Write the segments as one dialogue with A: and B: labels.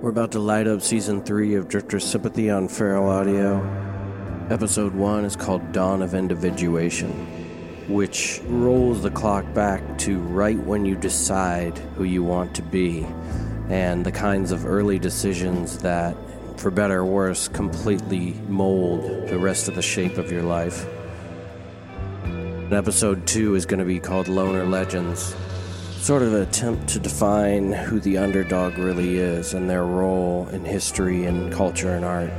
A: We're about to light up season three of Drifter Sympathy on Feral Audio. Episode one is called Dawn of Individuation, which rolls the clock back to right when you decide who you want to be and the kinds of early decisions that, for better or worse, completely mold the rest of the shape of your life. And episode two is going to be called Loner Legends sort of an attempt to define who the underdog really is and their role in history and culture and art.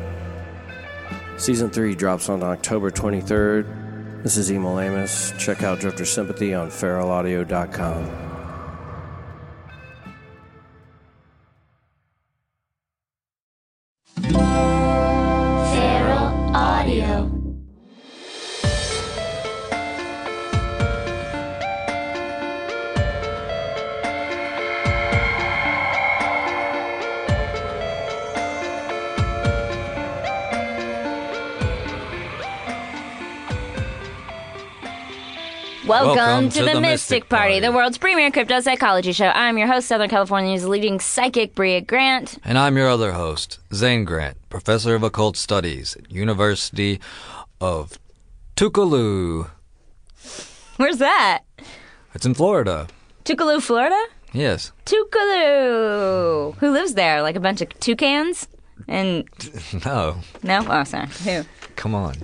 A: Season 3 drops on October 23rd. This is Emil Amos. Check out Drifter Sympathy on feralaudio.com.
B: Feral Audio. Welcome, to, the, Mystic, Party, the world's premier crypto psychology show. I'm your host, Southern California's leading psychic, Bria Grant.
C: And I'm your other host, Zane Grant, professor of occult studies at University of Tougaloo.
B: Where's that?
C: It's in Florida.
B: Tougaloo, Florida?
C: Yes.
B: Tougaloo. Who lives there? Like a bunch of toucans? And
C: No.
B: no? Oh, sorry. Who?
C: Come on.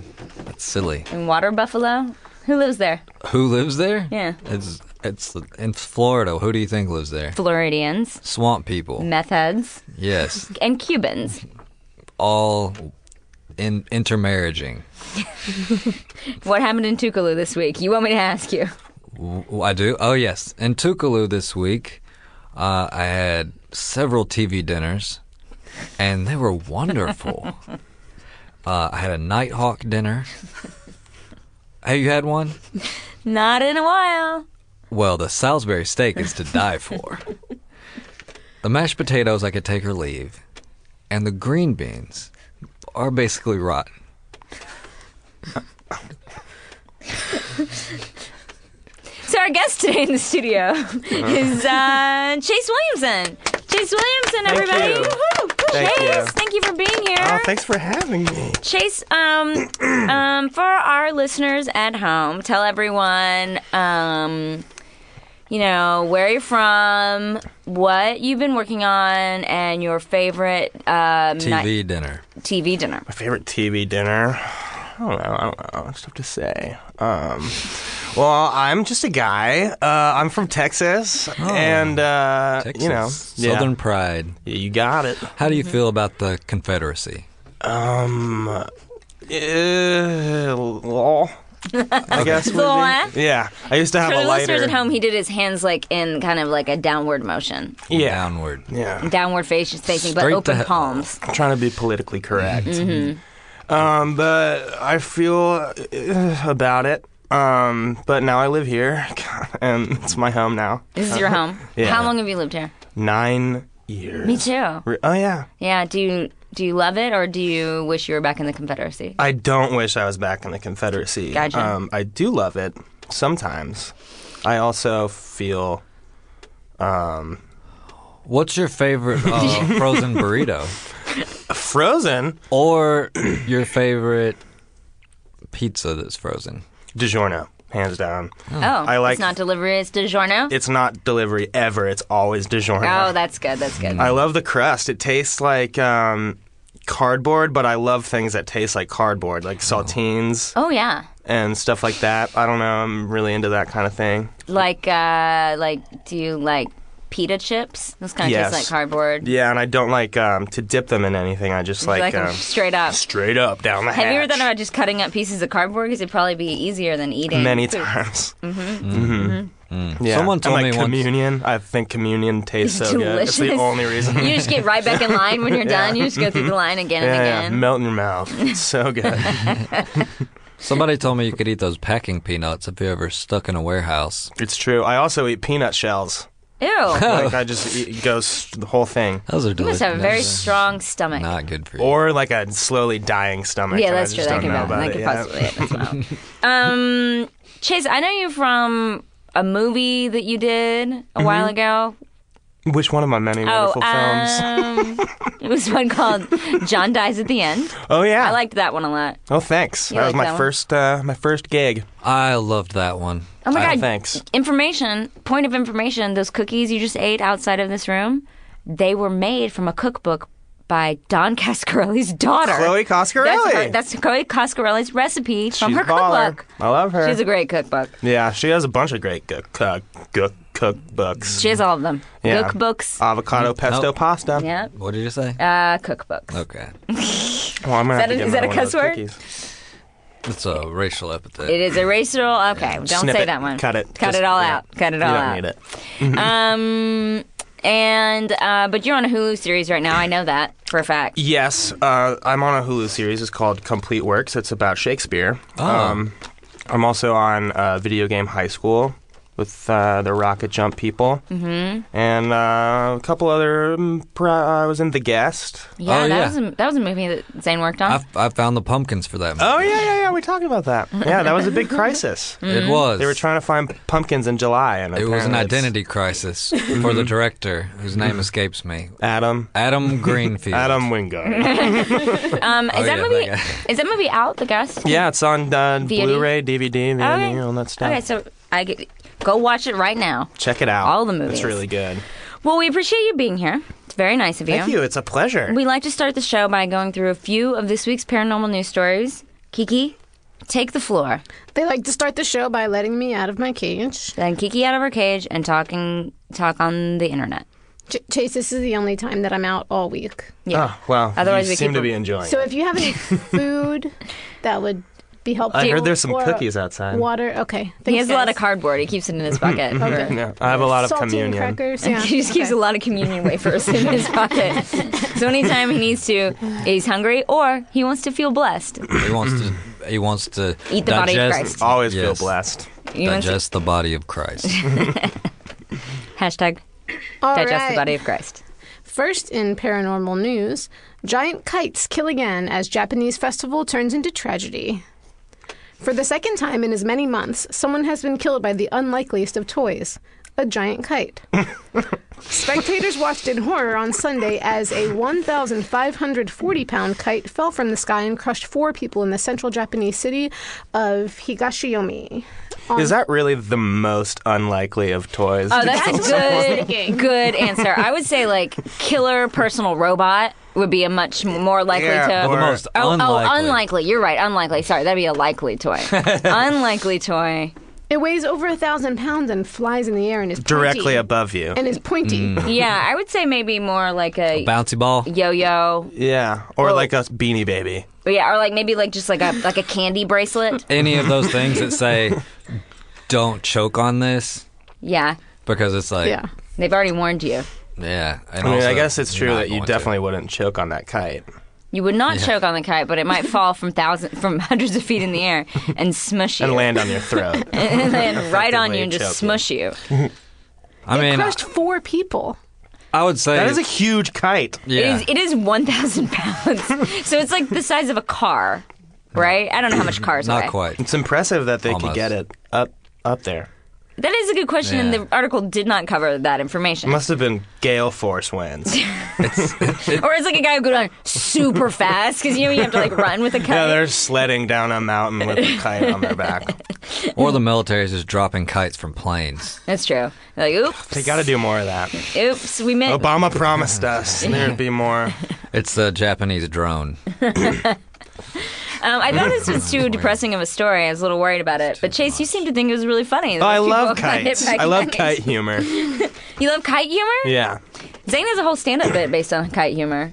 C: That's silly.
B: And water buffalo? Who lives there?
C: Who lives there?
B: Yeah.
C: It's it's in Florida. Who do you think lives there?
B: Floridians,
C: Swamp people.
B: meth heads,
C: Yes.
B: and Cubans.
C: All in intermarrying.
B: What happened in Tougaloo this week? You want me to ask you?
C: W- I do. Oh yes, in Tougaloo this week, uh, I had several TV dinners, and they were wonderful. uh, I had a Nighthawk dinner. Have you had one?
B: Not in a while.
C: Well, the Salisbury steak is to die for. the mashed potatoes I could take or leave, and the green beans are basically rotten.
B: So our guest today in the studio
D: Uh-huh.
B: is uh, Chase Williamson. Chase Williamson, everybody.
D: you.
B: Woohoo.
D: Thank
B: Chase,
D: you.
B: thank you for being here.
D: Oh, thanks for having me.
B: Chase, um, um, for our listeners at home, tell everyone, um, you know, where you're from, what you've been working on, and your favorite um,
C: TV
B: night-
C: dinner.
B: TV dinner.
D: My favorite TV dinner. I don't know. I don't know. It's tough to say. Um, well, I'm just a guy. Uh, I'm from Texas, and uh,
C: Texas.
D: you know, yeah.
C: Southern pride.
D: You got it.
C: How do you feel about the Confederacy?
D: Um, uh, law. I guess. would be-
B: Law.
D: Yeah, I used to have
B: For
D: a
B: the
D: lighter.
B: listeners at home, he did his hands like in kind of like a downward motion,
D: yeah,
C: Downward.
D: yeah.
B: downward face facing, but
C: Straight
B: open
C: to-
B: palms.
D: I'm trying to be politically correct. Um, but I feel uh, about it. Um, but now I live here, and it's my home now.
B: This is your home.
D: yeah.
B: How long have you lived here?
D: Nine years.
B: Me too.
D: Re- Oh yeah.
B: Yeah. Do you do you love it or do you wish you were back in the Confederacy?
D: I don't wish I was back in the Confederacy.
B: Gotcha.
D: Um, I do love it sometimes. I also feel. Um,
C: What's your favorite uh, frozen burrito?
D: frozen
C: Or your favorite pizza that's frozen?
D: DiGiorno, hands down.
B: Oh,
D: Mm. I like-
B: it's not delivery. It's DiGiorno.
D: It's not delivery ever. It's always DiGiorno.
B: Oh, that's good. That's good.
C: Mm.
D: I love the crust. It tastes like um, cardboard, but I love things that taste like cardboard, like saltines
B: Oh yeah,
D: and stuff like that. I don't know. I'm really into that kind of thing.
B: like uh, like do you like pita chips? Those kind of
D: Yes.
B: taste like cardboard.
D: Yeah, and I don't like um, to dip them in anything. I just
B: You
D: like,
B: like 'em
D: um,
B: straight up.
D: straight up down the
B: Have you ever
D: hatch
B: thought about just cutting up pieces of cardboard? Because it'd probably be easier than eating.
D: many
B: food.
D: times. Mm-hmm. Mm-hmm.
C: Mm.
D: Yeah.
C: Someone told
D: and, like,
C: me once-
D: communion. I think communion tastes
B: It's
D: so good. It's
B: delicious.
D: the only reason.
B: You just get right back in line when you're done. You just go through the line again and
D: yeah, yeah,
B: again.
D: melt in your mouth. It's so good.
C: Somebody told me you could eat those packing peanuts if you're ever stuck in a warehouse.
D: it's true. I also eat peanut shells.
C: Oh.
B: Ew.
D: Like I just eat, goes the whole thing.
C: Those are
B: You must
C: delicious.
B: have a very strong stomach.
C: Not good for you.
D: Or like a slowly dying stomach.
B: yeah,
D: and
B: that's
D: I
B: true.
D: just
B: That
D: Don't
B: could,
D: know
B: be-
D: about
B: that
D: it
B: could
D: yet.
B: possibly it as well. um, Chase, I know you from a movie that you did a while ago.
D: Which one of my
B: Oh,
D: many Mm-hmm. wonderful films?
B: um, it was one called John Dies at the End.
D: Oh yeah,
B: I liked that one a lot.
D: Oh thanks.
B: You
D: that was
B: like
D: my
B: that one?
D: first uh, my first gig.
C: I loved that one.
B: Oh my
D: Oh,
B: god!
D: thanks.
B: Information. Point of information. Those cookies you just ate outside of this room, they were made from a cookbook by Don Cascarelli's daughter.
D: Chloe Coscarelli.
B: That's, her, that's Chloe Coscarelli's recipe from
D: She's
B: her
D: a baller.
B: cookbook.
D: I love her.
B: She's a great cookbook.
D: yeah, she has a bunch of great cook cook cook cookbooks. Mm,
B: She has all of them.
D: Yeah.
B: Cookbooks.
D: Avocado pesto
C: Oh.
D: pasta.
B: yeah.
C: What did you say?
B: Uh, cookbooks.
C: Okay,
D: Well, I'm gonna
B: Is that
D: have to
B: a-
D: get
B: is that
D: another
B: a
D: one of
B: cuss
D: those
B: word?
D: cookies.
C: it's a racial epithet.
B: It is a racial. Okay, don't
D: Snip
B: say
D: it.
B: that one.
D: Cut it.
B: Cut
D: Just-
B: it all
D: yeah.
B: out. Cut it
D: You
B: all
D: don't
B: out.
D: need it.
B: Um, and uh, but you're on a Hulu series right now. I know that for a fact.
D: Yes, uh, I'm on a Hulu series. It's called Complete Works. It's about Shakespeare.
C: Oh.
D: Um, I'm also on uh, Video Game High School with uh, the Rocket Jump people, mm-hmm. and uh, a couple other. um, Pro- I was in The Guest.
B: Yeah, that
C: Oh, yeah.
B: was a, that was a movie that Zane worked on.
C: I, I found the pumpkins for that. Movie.
D: Oh yeah, yeah, yeah. We talked about that. Yeah, that was a big crisis.
B: Mm-hmm.
C: It was.
D: They were trying to find pumpkins in July, and
C: It was an
D: apparently it's
C: identity crisis for the director, whose name escapes me.
D: Adam.
C: Adam Greenfield.
D: Adam Wingard.
B: um, is
C: oh,
B: that
C: yeah,
B: movie
C: that
B: is that movie out? The guest.
D: yeah, it's on uh,
B: VOD?
D: Blu-ray, DVD,
B: Okay.
D: E, all that stuff.
B: Okay, so I get, go watch it right now.
D: Check it out.
B: all the movies.
D: It's really good.
B: Well, we appreciate you being here. It's very nice of you.
D: Thank you. It's a pleasure.
B: We like to start the show by going through a few of this week's paranormal news stories. Kiki, take the floor.
E: They like to start the show by letting me out of my cage.
B: Then Kiki out of her cage and talking talk on the internet.
E: Ch- Chase, this is the only time that I'm out all week.
B: Yeah.
D: Oh, wow.
B: Otherwise
D: you
B: we
D: seem
B: keep
D: to
B: them-
D: be enjoying.
E: So
D: it.
E: if you have any food that would be helpful,
D: I heard there's some
E: or
D: cookies outside.
E: Water. Okay. Thanks,
B: He has a lot
E: guys.
B: of cardboard. He keeps it in his pocket. okay.
D: Yeah, I have a lot of
E: Saltine
D: communion.
E: crackers. Yeah.
B: He just keeps
E: okay.
B: a lot of communion wafers in his pocket. So anytime he needs to, he's hungry or he wants to feel blessed.
C: He wants to. He wants to
B: Eat the body of
C: digest-
B: Christ.
D: Always
C: Yes.
D: feel blessed.
B: He wants to,
C: digest the body of Christ.
B: hashtag
E: All
B: digest the
E: right.
B: body of Christ.
E: First in paranormal news, giant kites kill again as Japanese festival turns into tragedy. For the second time in as many months, someone has been killed by the unlikeliest of toys a giant kite. Spectators watched in horror on Sunday as a 1,540 pound kite fell from the sky and crushed four people in the central Japanese city of Higashiyomi.
D: Is that really the most unlikely of toys?
B: Um, Oh, that's
E: That's
B: a
E: what I
B: good,
E: was
B: good answer. I would say like killer personal robot would be a much more likely
D: Yeah,
B: to.
D: or-
C: the most
B: Oh,
C: unlikely.
B: oh, unlikely. You're right. Unlikely. Sorry, that'd be a likely toy. unlikely toy.
E: It weighs over a thousand pounds and flies in the air and is
D: Directly
E: pointy,
D: above you.
E: and is pointy.
B: Yeah, I would say maybe more like a
C: Bouncy ball.
B: yo-yo.
D: yeah,
B: Oh.
D: or like a beanie baby.
B: Yeah, or like maybe like just like a like a candy bracelet.
C: Any of those things that say, "Don't choke on this,"
B: Yeah,
C: because it's like,
E: Yeah.
B: they've already warned you.
C: yeah, and
D: I mean,
C: also,
D: I guess it's
C: you're
D: true
C: not
D: that you
C: going to.
D: definitely wouldn't choke on that kite.
B: You would not choke on the kite, but it might fall from thousand from hundreds of feet in the air and smush you
D: And land on your throat.
B: and land right on you and
D: effectively choke you.
B: just smush you.
C: I
E: It
C: mean, I,
E: crushed four people.
C: I would say
D: that is a huge kite.
C: yeah.
B: It is, it is 1,000 pounds. so it's like the size of a car, right? I don't know how much cars
C: not
B: weigh.
C: quite.
D: It's impressive that they could
C: Almost.
D: get it up up there.
B: That is a good question, and
C: Yeah.
B: the article did not cover that information.
D: Must have been gale force winds.
B: or it's like a guy who goes on super fast because you know you have to like run with a kite.
D: yeah, they're sledding down a mountain with a kite on their back.
C: Or the military is just dropping kites from planes.
B: That's true. They're like, oops,
D: They got to do more of that.
B: oops, we meant.
D: Obama promised us there'd be more.
C: It's the Japanese drone.
B: Um, I thought this was too depressing of a story. I was a little worried about it. But Chase, you seemed to think it was really funny.
D: Oh, I love kites. I love kite
B: kites.
D: humor.
B: You love kite humor?
D: Yeah.
B: Zane has a whole stand-up bit based on kite humor.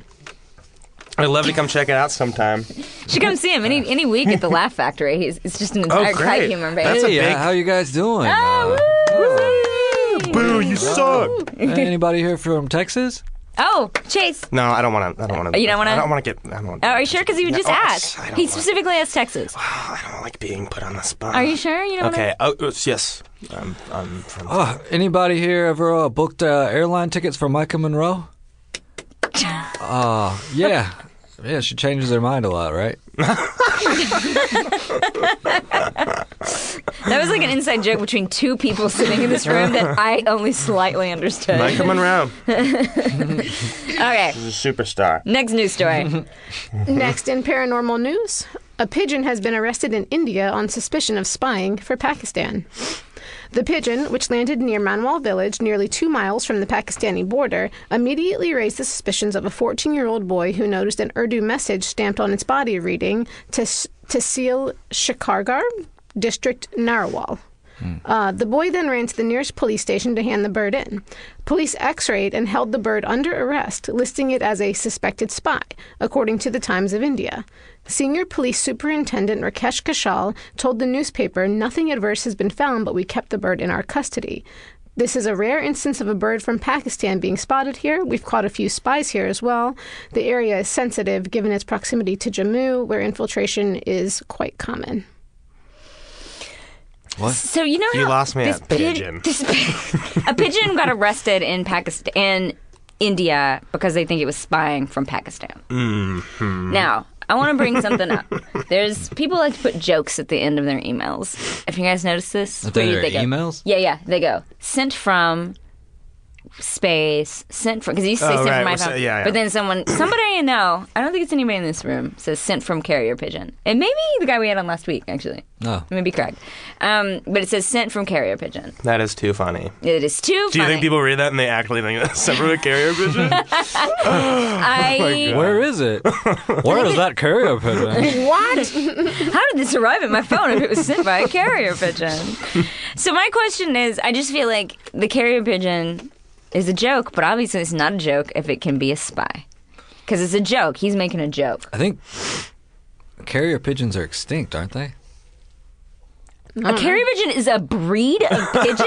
D: I'd love to come check it out sometime.
B: Should come see him any any week at the Laugh Factory. He's it's just an entire kite
D: Oh, great.
B: humor
D: That's
B: base.
D: a
C: Hey,
D: big-
C: how you guys doing?
B: Oh,
C: Uh,
D: Boo, you suck.
C: anybody here from Texas?
B: oh, Chase.
D: No, I don't want to. I don't want to.
B: You don't wanna-
D: I don't want to get. I don't want
B: Oh, are you sure? Because he would just
D: No, I-
B: ask.
D: I don't
B: He
D: want-
B: specifically asked Texas.
D: I don't like being put on the spot.
B: Are you sure? Oh. You don't
D: Okay. Oh, it's- yes. I'm. I'm from.
C: Uh, anybody here ever uh, booked uh, airline tickets for Micah Monroe? Ah, Uh, yeah. Yeah, she changes her mind a lot, right?
B: That was like an inside joke between two people sitting in this room that I only slightly understood.
D: Micah Monroe,
B: Okay,
D: the superstar.
B: next news story.
E: Next in paranormal news, a pigeon has been arrested in India on suspicion of spying for Pakistan. The pigeon, which landed near Manwal village, nearly two miles from the Pakistani border, immediately raised the suspicions of a 14 year old boy who noticed an Urdu message stamped on its body reading "Tes- Tehsil Shikargar, District Narwal. Uh, the boy then ran to the nearest police station to hand the bird in. Police x rayed and held the bird under arrest, listing it as a suspected spy, according to the Times of India. Senior Police Superintendent Rakesh Kashal told the newspaper nothing adverse has been found, but we kept the bird in our custody. This is a rare instance of a bird from Pakistan being spotted here. We've caught a few spies here as well. The area is sensitive given its proximity to Jammu, where infiltration is quite common.
B: So you know
D: You
B: how
D: lost me
B: this
D: at
B: pig-
D: pigeon.
B: this pig- a pigeon got arrested in Pakistan, in India, because they think it was spying from Pakistan.
D: Mm-hmm.
B: Now I want to bring something up. There's people like to put jokes at the end of their emails. If you guys notice this,
C: At the end of
B: they
C: their
B: go-
C: emails?
B: Yeah, yeah, they go sent from space sent from because you used to say
D: Oh,
B: sent
D: right,
B: from my
D: well, so-
B: phone,
D: yeah, yeah.
B: but then someone somebody I know, I don't think it's anybody in this room, says sent from carrier pigeon, and maybe the guy we had on last week actually.
C: Oh.
B: Maybe correct. Um, but it says sent from carrier pigeon.
D: That is too funny.
B: It is too
D: Do you
B: funny.
D: think people read that and they actually think that's separate carrier pigeon?
B: I,
C: Where is it? Where is that carrier pigeon?
B: what? How did this arrive at my phone if it was sent by a carrier pigeon? so my question is, I just feel like the carrier pigeon is a joke, but obviously it's not a joke if it can be a spy. Because it's a joke. He's making a joke.
C: I think carrier pigeons are extinct, aren't they?
B: A carrier pigeon is a breed of pigeon?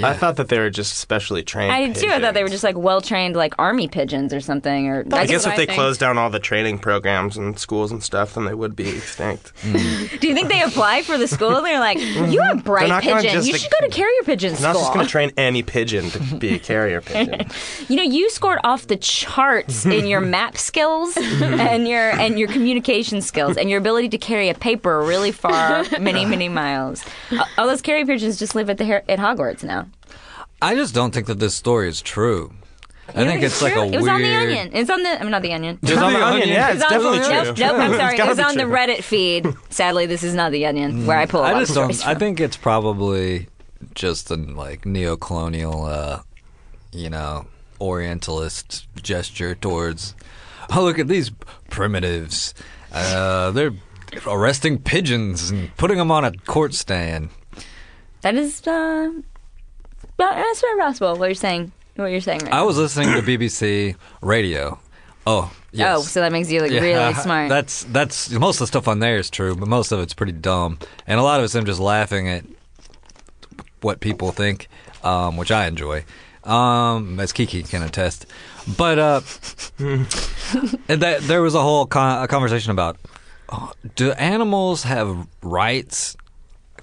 D: I thought that they were just specially trained.
B: I did too. I thought they were just
D: pigeons.
B: like well trained, like army pigeons or something. Or
D: I
B: That's
D: guess
B: what
D: if they
E: think.
D: closed down all the training programs and schools and stuff, then they would be extinct.
B: Do you think they apply for the school? They're like, you're a bright
D: not gonna
B: pigeon.
D: just
B: You
D: ex-
B: should go to carrier pigeon
D: They're not
B: school.
D: just going to train any pigeon to be a carrier pigeon.
B: You know, you scored off the charts in your map skills and your and your communication skills and your ability to carry a paper really far, many many miles. Uh, All those carrier pigeons just live at the Har- at Hogwarts now.
C: I just don't think that this story is true. I think it's like a
B: it was
C: weird.
B: on the Onion. It's on the. I'm not the Onion.
D: It was on the onion, yeah, it's
B: It's on-
D: definitely
B: nope,
D: true.
B: Nope, I'm sorry. It
D: gotta
B: was
D: be
B: on the
D: true.
B: Reddit feed. Sadly, this is not the Onion where I pull.
C: I
B: all
C: just
B: the
C: don't.
B: stories
C: I
B: from.
C: think it's probably just an like neo-colonial, uh, you know, Orientalist gesture towards. Oh, look at these primitives! Uh, they're arresting pigeons and putting them on a court stand.
B: that is. Uh, well, that's very possible. What you're saying. What you're saying right
C: I
B: now.
C: was listening to BBC radio. Oh, yes.
B: Oh, so that makes you look
C: Yeah,
B: really smart.
C: That's that's most of the stuff on there is true, but most of it's pretty dumb, and a lot of it's them just laughing at what people think, um, which I enjoy, um, as Kiki can attest. But uh, and that, there was a whole con- a conversation about oh, do animals have rights?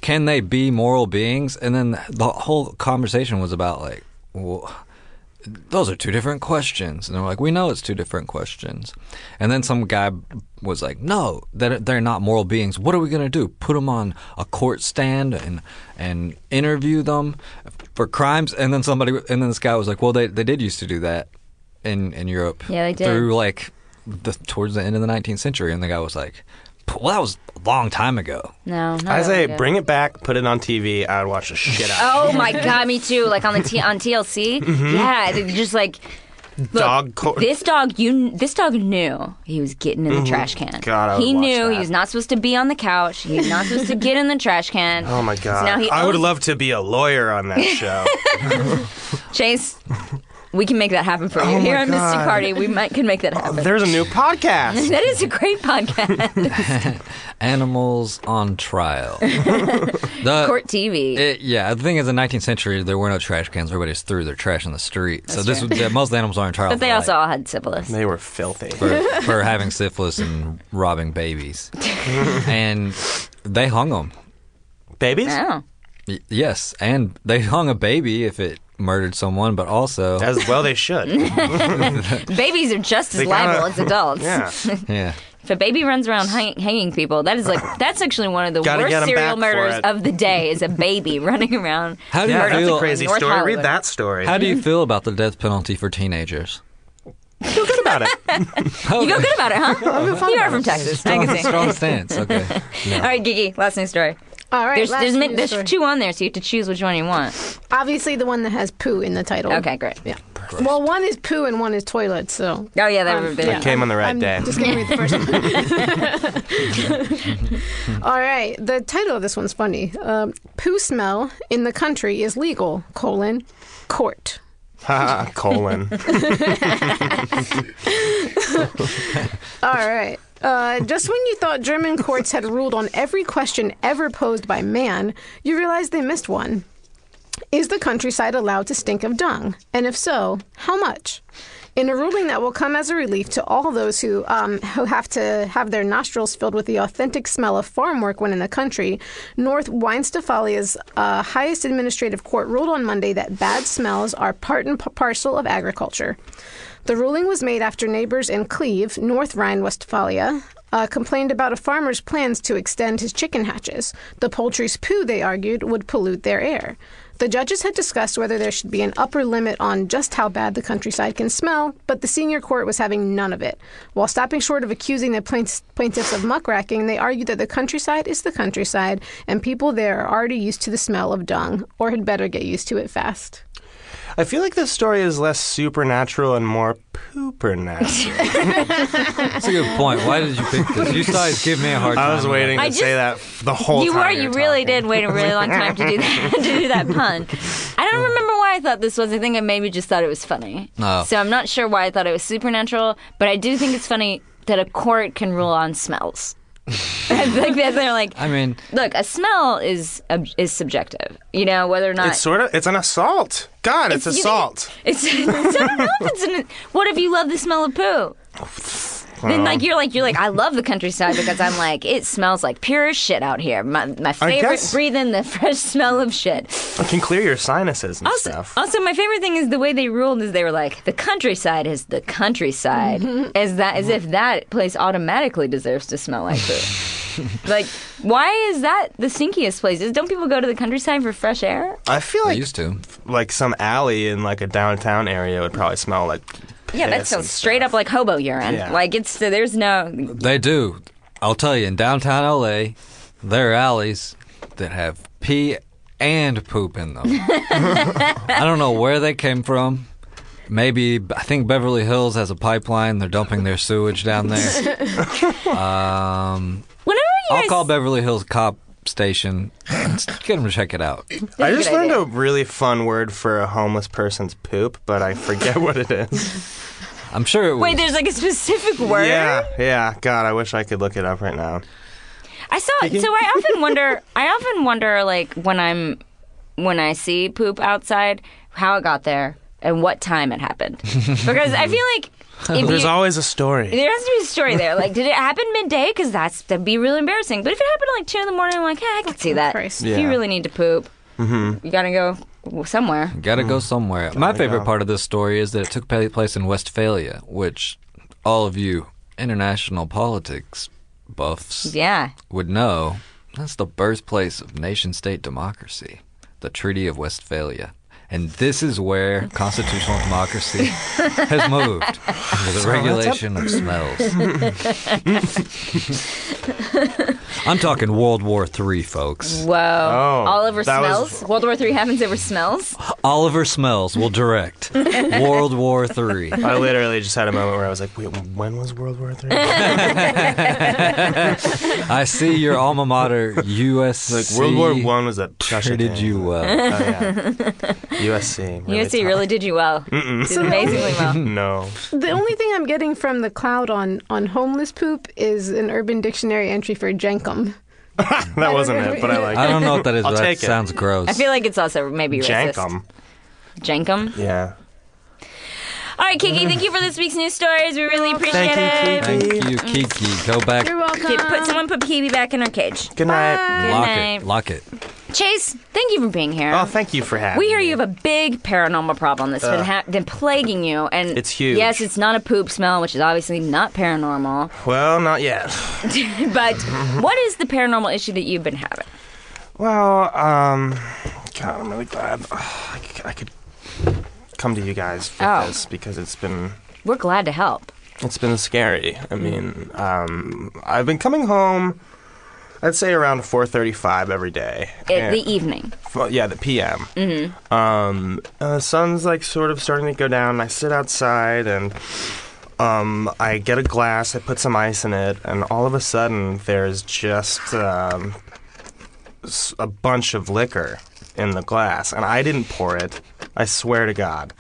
C: Can they be moral beings? And then the whole conversation was about like. Well, those are two different questions. And they're like, we know it's two different questions. And then some guy was like, no, they're, they're not moral beings. What are we going to do? Put them on a court stand and and interview them for crimes? And then somebody, and then this guy was like, well, they, they did used to do that in, in Europe.
B: Yeah, they did.
C: Through like the, towards the end of the 19th century. And the guy was like, well, that was a long time ago.
B: no, not
D: I
B: that
D: say,
B: good.
D: bring it back, put it on TV. I would watch the shit out.
B: Oh my god, me too. Like on the t- on TLC, yeah, they're just like look,
D: Mm-hmm. Dog court.
B: This dog, you this dog knew he was getting in the trash can.
D: Mm-hmm. God, I would
B: he
D: watch
B: knew he
D: that.
B: was not supposed to be on the couch. He was not supposed to get in the trash can.
D: Oh my god!
B: now he
D: I would
B: owns-
D: love to be a lawyer on that show.
B: Chase, we can make that happen for you
D: Oh my
B: here on Mystic
D: God.
B: Party. We might can make that happen.
D: There's a new podcast.
B: that is a great podcast.
C: Animals on trial. the,
B: Court TV.
C: It, yeah, the thing is, in the 19th century, there were no trash cans. Everybody just threw their trash in the street. so this,
B: true.
C: was- yeah, most animals are in trial.
B: but they
C: for,
B: also
C: like,
B: all had syphilis.
D: They were filthy.
C: for, for having syphilis and robbing babies, and they hung them.
D: Babies?
B: Oh.
C: Yes, and they hung a baby if it murdered someone, but also
D: As well, they should.
B: Babies are just as
D: They kinda-
B: liable as adults.
D: yeah.
C: yeah,
B: If a baby runs around hang- hanging people, that is like that's actually one of the
D: Gotta
B: worst
D: get 'em
B: serial
D: back for
B: murders
D: it.
B: of the day. Is a baby running around?
C: How do you
D: Yeah, that's
C: feel?
D: a crazy
B: North
D: story.
B: Hollywood.
D: Read that story.
C: How do you feel about the death penalty for teenagers?
D: feel good about it?
B: You go good about it, huh? you are from Texas. I can see.
C: Strong stance. Okay.
B: All right, Gigi, last news story.
E: All right.
B: There's
E: last
B: there's, mi-
E: news
B: there's
E: story.
B: two on there, so you have to choose which one you want.
E: Obviously, the one that has poo in the title.
D: Oh.
B: Okay, great.
E: Yeah. Well, one is poo and one is toilet. So.
B: Oh yeah, that
E: Um,
B: would be.
E: yeah.
D: Came on the right
E: I'm
D: day.
E: just gonna read the first one. All right. The title of this one's funny. Um, poo smell in the country is legal: colon court.
D: Ha, colon.
E: All right. Uh, just when you thought German courts had ruled on every question ever posed by man, you realize they missed one. Is the countryside allowed to stink of dung? And if so, how much? In a ruling that will come as a relief to all those who, um, who have to have their nostrils filled with the authentic smell of farm work when in the country, North Weinstefalia's uh, highest administrative court ruled on Monday that bad smells are part and p- parcel of agriculture. The ruling was made after neighbors in Cleve, North Rhine Westphalia, uh, complained about a farmer's plans to extend his chicken hatches. The poultry's poo, they argued, would pollute their air. The judges had discussed whether there should be an upper limit on just how bad the countryside can smell, but the senior court was having none of it. While stopping short of accusing the plaintiffs, plaintiffs of muckracking, they argued that the countryside is the countryside, and people there are already used to the smell of dung, or had better get used to it fast.
D: I feel like this story is less supernatural and more poopernatural.
C: That's a good point. Why did you pick this? You guys give me a hard time.
D: I was waiting to
B: I
D: say that the whole
B: you
D: time.
B: were. You really
D: talking.
B: did wait a really long time to do that to do that pun. I don't remember why I thought this was. I think I maybe just thought it was funny.
C: Oh.
B: So I'm not sure why I thought it was supernatural, but I do think it's funny that a court can rule on smells. I think that they're like,
C: I mean,
B: look, a smell is ob- is subjective. You know whether or not
D: It's sort of. It's an assault. God, it's,
B: It's- you
D: assault.
B: It's, it's, I don't know if it's an, what if you love the smell of poo? Then like you're like you're like I love the countryside because I'm like it smells like pure shit out here. My my favorite
D: guess-
B: breathe in the fresh smell of shit.
D: It can clear your sinuses and
B: Also,
D: stuff.
B: also my favorite thing is the way they ruled is they were like the countryside is the countryside
D: Mm-hmm.
B: as that as if that place automatically deserves to smell like poo. like why is that the stinkiest place? Is don't people go to the countryside for fresh air?
D: I feel
C: I
D: like
C: used to.
D: like some alley in like a downtown area would probably smell like.
B: Yeah, that
D: piss
B: sounds
D: and
B: straight up like hobo urine.
D: Yeah.
B: Like it's there's no
C: They do. I'll tell you, in downtown LA, there are alleys that have pee and poop in them. I don't know where they came from. Maybe I think Beverly Hills has a pipeline. They're dumping their sewage down there. Um,
B: Whenever you
C: I'll
B: guys,
C: call Beverly Hills cop station and get them to check it out.
D: I
B: a
D: just
B: good
D: learned
B: idea.
D: a really fun word for a homeless person's poop, but I forget what it is.
C: I'm sure it was.
B: wait, there's like a specific word.
D: Yeah, yeah. God, I wish I could look it up right now.
B: I saw. So I often wonder. I often wonder, like when I'm when I see poop outside, how it got there and what time it happened. Because I feel like if
D: There's
B: you,
D: always a story.
B: there has to be a story there. Like, did it happen midday? Because that's that'd be really embarrassing. But if it happened at like two in the morning, I'm like, yeah, I can see that.
E: Christ.
B: If you
D: Yeah. Mm-hmm.
B: really need to poop, you gotta go somewhere.
C: Gotta go somewhere. My favorite part of this story is that it took pa- place in Westphalia, which all of you international politics buffs
B: Yeah.
C: would know that's the birthplace of nation state democracy, the Treaty of Westphalia. And this is where constitutional democracy has moved under the regulation of smells. I'm talking World War III, folks.
B: Whoa. Oliver
D: Oh, that was-
B: smells. World War Three happens over smells.
C: Oliver Smells will direct World War III.
D: I literally just had a moment where I was like, "Wait, when was World War Three?
C: I see your alma mater, USC.
D: Like World War One was a
C: Treated you uh, well.
D: Oh, yeah. USC. Really
B: USC
D: tough.
B: really did you well. Did amazingly well.
D: No.
E: The only thing I'm getting from the cloud on, on homeless poop is an urban dictionary entry for Jenkum.
D: That wasn't it, but I like
C: I don't know what that is.
D: I'll
C: but that
D: take it.
C: sounds gross.
B: I feel like it's also maybe
D: it.
B: racist.
D: Jankum.
B: Jankum.
D: Yeah.
B: All right, Kiki, thank you for this week's news stories. We really appreciate
D: Thank you,
B: it.
D: Kiki.
C: Thank you, Kiki. Go back.
E: You're welcome.
B: Okay, put someone put Kiwi back in her cage.
D: Good night.
B: Good
C: Lock
B: night.
C: it. Lock it.
B: Chase, thank you for being here.
D: Oh, thank you for having
B: we hear
D: me.
B: you have a big paranormal problem that's been, ha- been plaguing you, and
D: It's huge.
B: Yes, it's not a poop smell, which is obviously not paranormal.
D: Well, not yet.
B: But what is the paranormal issue that you've been having?
D: Well, um, God, I'm really glad I could, I could come to you guys for
B: Oh.
D: this because it's been
B: We're glad to help.
D: it's been scary. I mean, um, I've been coming home. I'd say around 4:35 every day.
B: It,
D: And-
B: the evening.
D: Well, uh, yeah, the PM. Mm-hmm. Um, uh, sun's like sort of starting to go down. and I sit outside and um, I get a glass. I put some ice in it, and all of a sudden there's just um, s- a bunch of liquor in the glass, and I didn't pour it. I swear to God.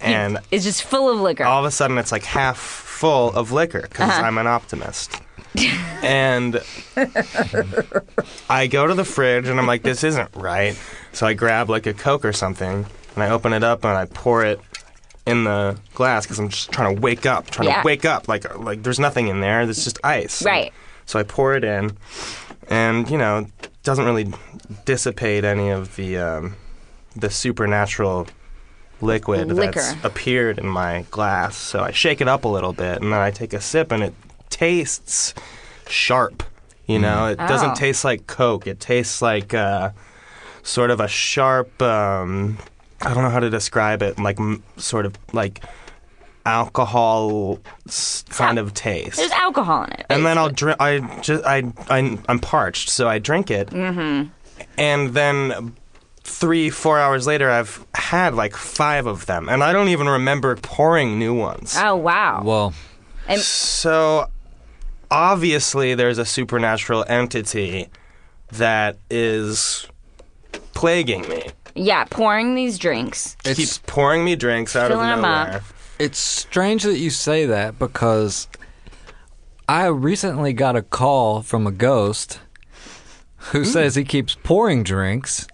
D: And
B: It's just full of liquor. Uh-huh.
D: all of a sudden it's like half full of liquor because I'm an optimist. and I go to the fridge and I'm like, this isn't right. So I grab like a Coke or something and I open it up and I pour it in the glass because I'm just trying to wake up, trying
B: Yeah.
D: to wake up. Like, like there's nothing in there. There's just ice.
B: Right.
D: So I pour it in, and you know, it doesn't really dissipate any of the um, the supernatural liquid that's
B: Liquor.
D: appeared in my glass. So I shake it up a little bit, and then I take a sip, and it tastes sharp. You know, it
B: Oh.
D: doesn't taste like Coke. It tastes like uh, sort of a sharp. Um, I don't know how to describe it. Like m- sort of like alcohol s- kind of taste.
B: There's alcohol in it.
D: And then I'll drink. I just I, I I'm parched, so I drink it. Mm-hmm. And then three four hours later, I've had like five of them, and I don't even remember pouring new ones.
B: Oh wow!
C: Well,
D: So obviously, there's a supernatural entity that is plaguing me.
B: yeah, pouring these drinks.
C: it's
D: Keeps pouring me drinks out
B: Filling
D: of
B: 'em up.
D: nowhere.
C: It's strange that you say that because I recently got a call from a ghost who says he keeps pouring drinks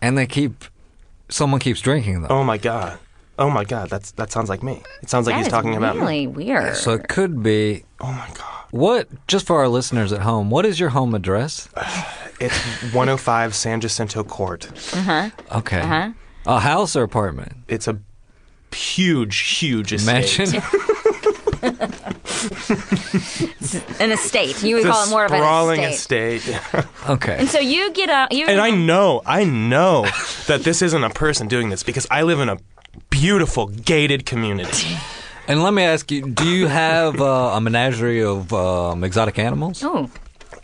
C: and they keep someone keeps drinking them.
D: Oh my god. Oh my god. That's that sounds like me. It sounds like
B: That
D: he's
B: is
D: talking about me.
B: really weird.
C: So it could be
D: Oh my god.
C: what just for our listeners at home, what is your home address?
D: It's 105 San Jacinto Court.
C: Okay. A house or apartment?
D: it's a huge, huge estate.
C: Mansion?
B: an estate. You would
D: It's a
B: call it more of an
D: sprawling
B: estate.
D: estate.
C: okay.
B: And so you get out. You
D: and I know, I know that this isn't a person doing this because I live in a beautiful gated community.
C: And let me ask you, do you have uh, a menagerie of um, exotic animals?
B: oh,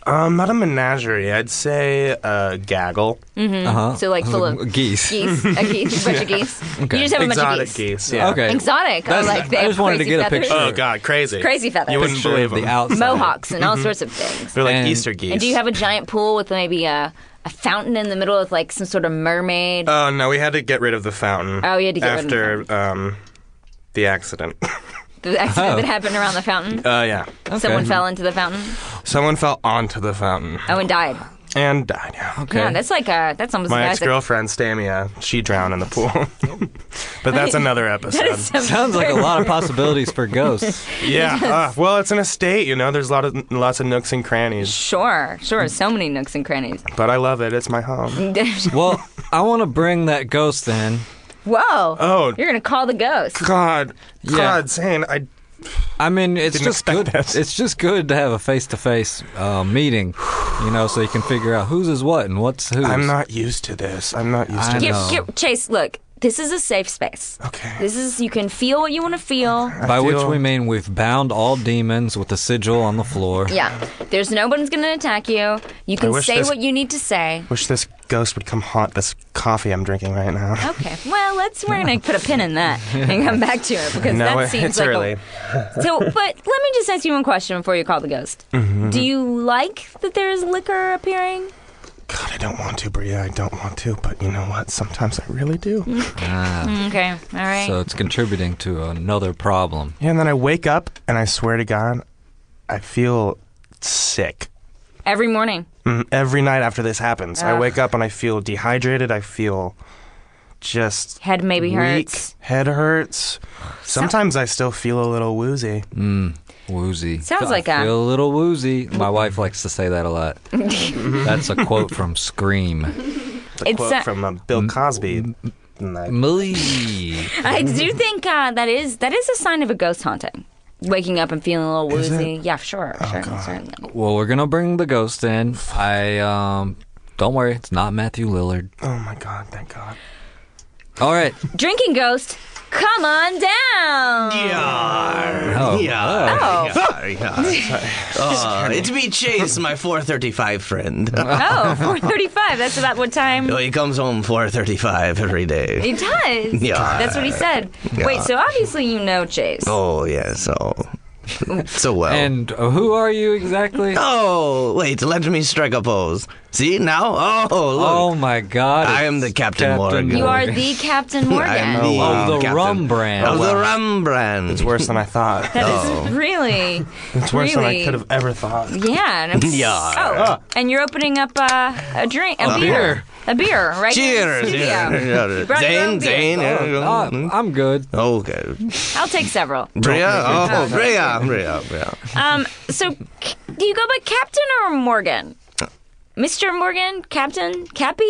D: Um, not a menagerie. I'd say a gaggle.
C: Uh-huh.
B: so like full of
C: geese.
B: geese, a geese, a bunch of geese. You just have a bunch
D: Exotic
B: of geese.
D: geese. Yeah.
C: Okay.
B: Exotic. I
C: That's-
B: like. They
C: I
B: have
C: just wanted to
B: crazy
C: get a
B: feathers.
C: picture.
D: Oh God, crazy.
B: Crazy feathers.
D: You wouldn't
C: Picture
D: believe
C: of the
D: them.
C: outside.
B: Mohawks and all sorts of things.
D: They're like
C: And-
D: Easter geese.
B: And do you have a giant pool with maybe a, a fountain in the middle with like some sort of mermaid?
D: Oh no, we had to get rid of the fountain.
B: Oh, you had to get rid of the
D: after, um, the accident. Oh
B: the accident
C: oh.
B: that happened around the fountain.
D: yeah,
B: Someone fell into the fountain.
D: someone fell onto the fountain
B: Oh, and died.
D: and died. Yeah.
C: Okay.
B: Yeah, that's like a that's almost
D: My
B: like
D: ex girlfriend, Stamia, she drowned in the pool. but that's another episode.
C: Sounds like a lot of possibilities for ghosts.
D: yeah. uh, well, it's an estate, you know. There's a lot of lots of nooks and crannies,
B: Sure, sure. So many nooks and crannies.
D: but I love it. It's my home.
C: Well, I want to bring that ghost in.
B: Whoa.
D: Oh.
B: You're gonna call the ghost.
D: God,
C: Yeah.
D: God, Zane, I
C: I mean, it's
D: Didn't
C: just
D: expect
C: good.
D: this.
C: It's just good to have a face-to-face uh, meeting, you know, so you can figure out whose is what and what's whose.
D: I'm not used to this. I'm not used
C: I
D: to
C: know.
B: Give,
D: this.
C: No.
B: give, Chase, look. This is a safe space.
D: Okay.
B: This is you can feel what you want to feel.
C: By which
D: feel-
C: we mean we've bound all demons with a sigil on the floor.
B: Yeah. There's no one's gonna attack you. You can
D: wish
B: say
D: this-
B: what you need to say.
D: Wish this ghost would come haunt this coffee I'm drinking right now.
B: Okay. Well, let's we're gonna put a pin in that and come back to it because
D: no,
B: that
D: it-
B: seems
D: it's
B: like a-
D: early.
B: so. But let me just ask you one question before you call the ghost.
D: Mm-hmm.
B: Do you like that there is liquor appearing?
D: God, I don't want to, Bria. I don't want to, but you know what? Sometimes I really do.
B: Mm. Okay. All right.
C: Ah, So it's contributing to another problem.
D: Yeah, and then I wake up and I swear to God, I feel sick.
B: Every morning.
D: Mm, every night after this happens. I
B: Ugh.
D: wake up and I feel dehydrated. I feel just
B: Head maybe
D: weak.
B: hurts.
D: Head hurts. Sometimes I still feel a little woozy.
C: Woozy.
B: Sounds
C: I
B: like a-
C: feel a little woozy. My wife likes to say that a lot. That's a quote from Scream.
D: The
B: It's
D: quote
B: a-
D: from uh, Bill Cosby. Like,
C: Millie.
B: I do think uh, that is that is a sign of a ghost haunting. Waking up and feeling a little
D: Is
B: woozy.
D: it? Oh,
B: Yeah, sure, sure, certainly.
C: Well, we're gonna bring the ghost in. I um, don't worry, it's not Matthew Lillard.
D: oh my god, thank God.
C: All right.
B: Drinking ghost, come on down.
C: Oh,
B: Oh,
F: Uh, it's me, Chase, my 435 friend.
B: oh, 435. That's about what time
F: Oh, he comes home 435 every day.
B: it does.
F: Yeah.
B: That's what he said. Wait, so obviously you know Chase.
F: Oh, yes, oh. so well.
C: And who are you exactly?
F: oh, wait, let me strike a pose. See, now? Oh, look.
C: Oh my God!
F: I am
C: it's
F: the Captain Morgan.
B: You are the Captain Morgan.
F: I am
B: That
F: the
C: Of the
F: captain
C: rum brand.
F: Of the
C: Wow.
F: rum brand.
D: It's worse than I thought.
B: is
F: Oh.
B: really.
D: It's worse than I
B: really-
D: could have ever thought.
B: Yeah. And I'm,
F: Yeah. Ah.
B: Oh, and you're opening up uh, a drink, a, beer.
C: beer.
B: a beer, right? here in the
F: Cheers.
B: studio.
F: yeah.
B: brought your own
F: Zane,
B: beer.
F: Zane.
C: Uh, I'm good.
F: Okay.
B: I'll take several.
F: Bria? Oh, Bria, Bria, Bria.
B: Um, so c- do you go by Captain or Morgan? Mr. Morgan, Captain, Cappy,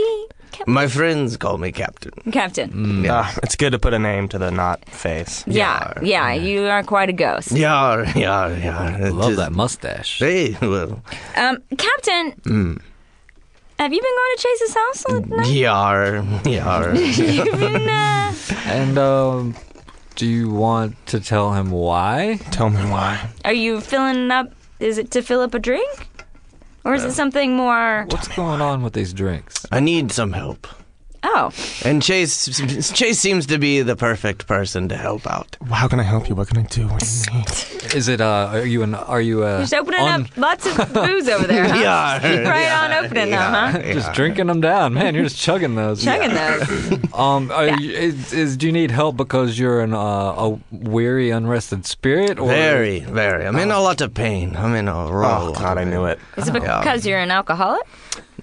B: Cap-
F: My friends call me Captain.
B: Captain.
D: Ah, it's good to put a name to the not face.
B: Mm, Yeah, yeah, you are quite a ghost.
F: Yar, yar, yar. It
C: Love
F: is-
C: that mustache.
F: Hey, well,
B: Um, Captain, have you been going to Chase's house all night?
F: yar, yar.
B: You've been, uh,
C: And um, do you want to tell him why?
D: Tell me why.
B: are you filling up? Is it to fill up a drink, or is it something more?
C: What's going on with these drinks?
F: I need some help.
B: Oh,
F: And Chase, Chase seems to be the perfect person to help out.
D: How can I help you? What can I do? What do you need?
C: Is it uh? Are you an? Are you uh?
B: just opening
C: on-
B: up lots of booze over there, huh?
F: Yar,
B: Right on opening them, huh?
C: Just drinking them down, man. You're just chugging those.
B: Chugging those.
C: Um, are you, is, is do you need help because you're an uh, a weary, unrested spirit? Or
F: Very, very. I'm in a lot of pain. I'm in a raw.
D: Oh God, I knew it.
B: Is it because you're an alcoholic?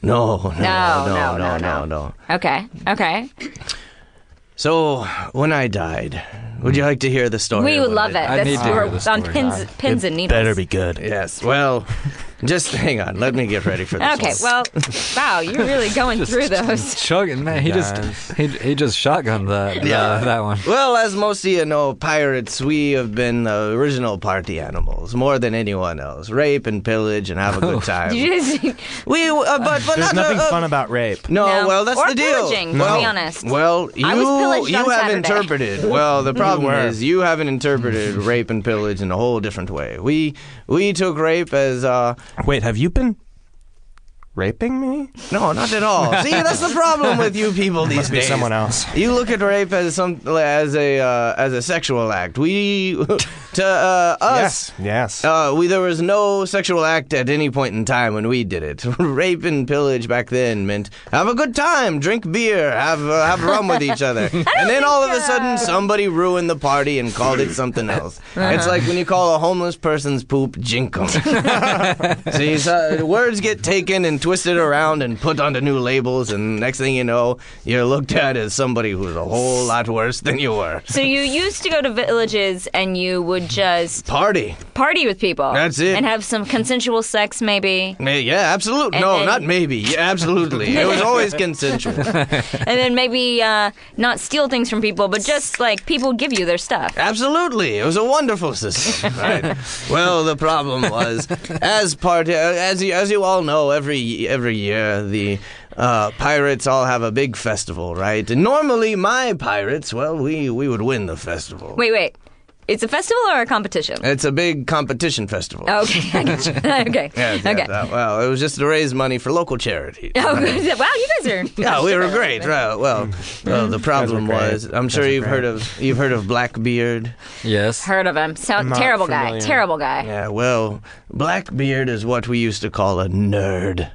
F: No, no,
B: No,
F: no, no,
B: no,
F: no,
B: no.
F: no, no.
B: Okay, okay.
F: So when I died, would you like to hear the story?
B: We would
F: of when
B: love it.
F: Oh, I
C: I
B: That's
C: need to hear
B: we're
C: this
B: on
C: story.
B: pins, pins and needles.
D: Better be good.
F: Yes. Well, just hang on. Let me get ready for this.
B: Okay,
F: one.
B: well, wow, you're really going through those.
C: chugging, man. He just he, he just shotgunned that yeah. that one.
F: Well, as most of you know, pirates, we have been the original party animals more than anyone else. Rape and pillage and have a good time.
B: Did you just,
F: we, uh, but, but
D: There's
F: not,
D: nothing
F: uh, uh,
D: fun about rape.
F: No,
B: No.
F: well, that's
B: Or
F: the deal.
B: pillaging, to
F: well,
B: be honest.
F: Well, you
B: I was pillaged
F: you
B: on
F: haven't
B: Saturday.
F: interpreted. Well, the problem
D: were.
F: is you haven't interpreted rape and pillage in a whole different way. We we took rape as uh
D: Wait, have you been raping me?
F: no, not at all. See, that's the problem with you people these
D: Must be
F: days.
D: someone else.
F: You look at rape as some as a uh, as a sexual act. We to uh, us.
D: Yes, yes.
F: Uh, we there was no sexual act at any point in time when we did it. Rape and pillage back then meant have a good time, drink beer, have uh, have rum with each other, and then all of a sudden somebody ruined the party and called it something else. It's like when you call a homeless person's poop jinkum. See, so words get taken and twisted around and put onto new labels, and next thing you know, you're looked at as somebody who's a whole lot worse than you were.
B: so you used to go to villages and you would just
F: Party.
B: party with people.
F: That's it.
B: And have some consensual sex, maybe,
F: Yeah, Yeah, absolutely.
B: And
F: No,
B: then-
F: not maybe. Yeah, absolutely. It was always consensual.
B: and then maybe uh, not steal things from people, but just like people give you their stuff.
F: Absolutely, it was a wonderful system. Right. well, the problem was, as part as you, as you all know, every every year the uh, pirates all have a big festival, right? And normally, my pirates, well, we we would win the festival.
B: Wait, wait, it's a festival or a competition?
F: It's a big competition festival.
B: Okay, I get you. okay,
F: Yes, yes,
B: Oh. okay.
F: uh, well, it was just to raise money for local charities.
B: Oh, good. wow, you guys are.
F: Yeah, we were great. Right. Well, well, the problem
D: great.
F: was, I'm sure
D: Guys were
F: you've
D: great.
F: heard of you've heard of Blackbeard.
C: Yes.
B: Heard of him? So,
D: not
B: terrible guy.
D: familiar.
B: Terrible guy.
F: Yeah, well, Blackbeard is what we used to call a nerd.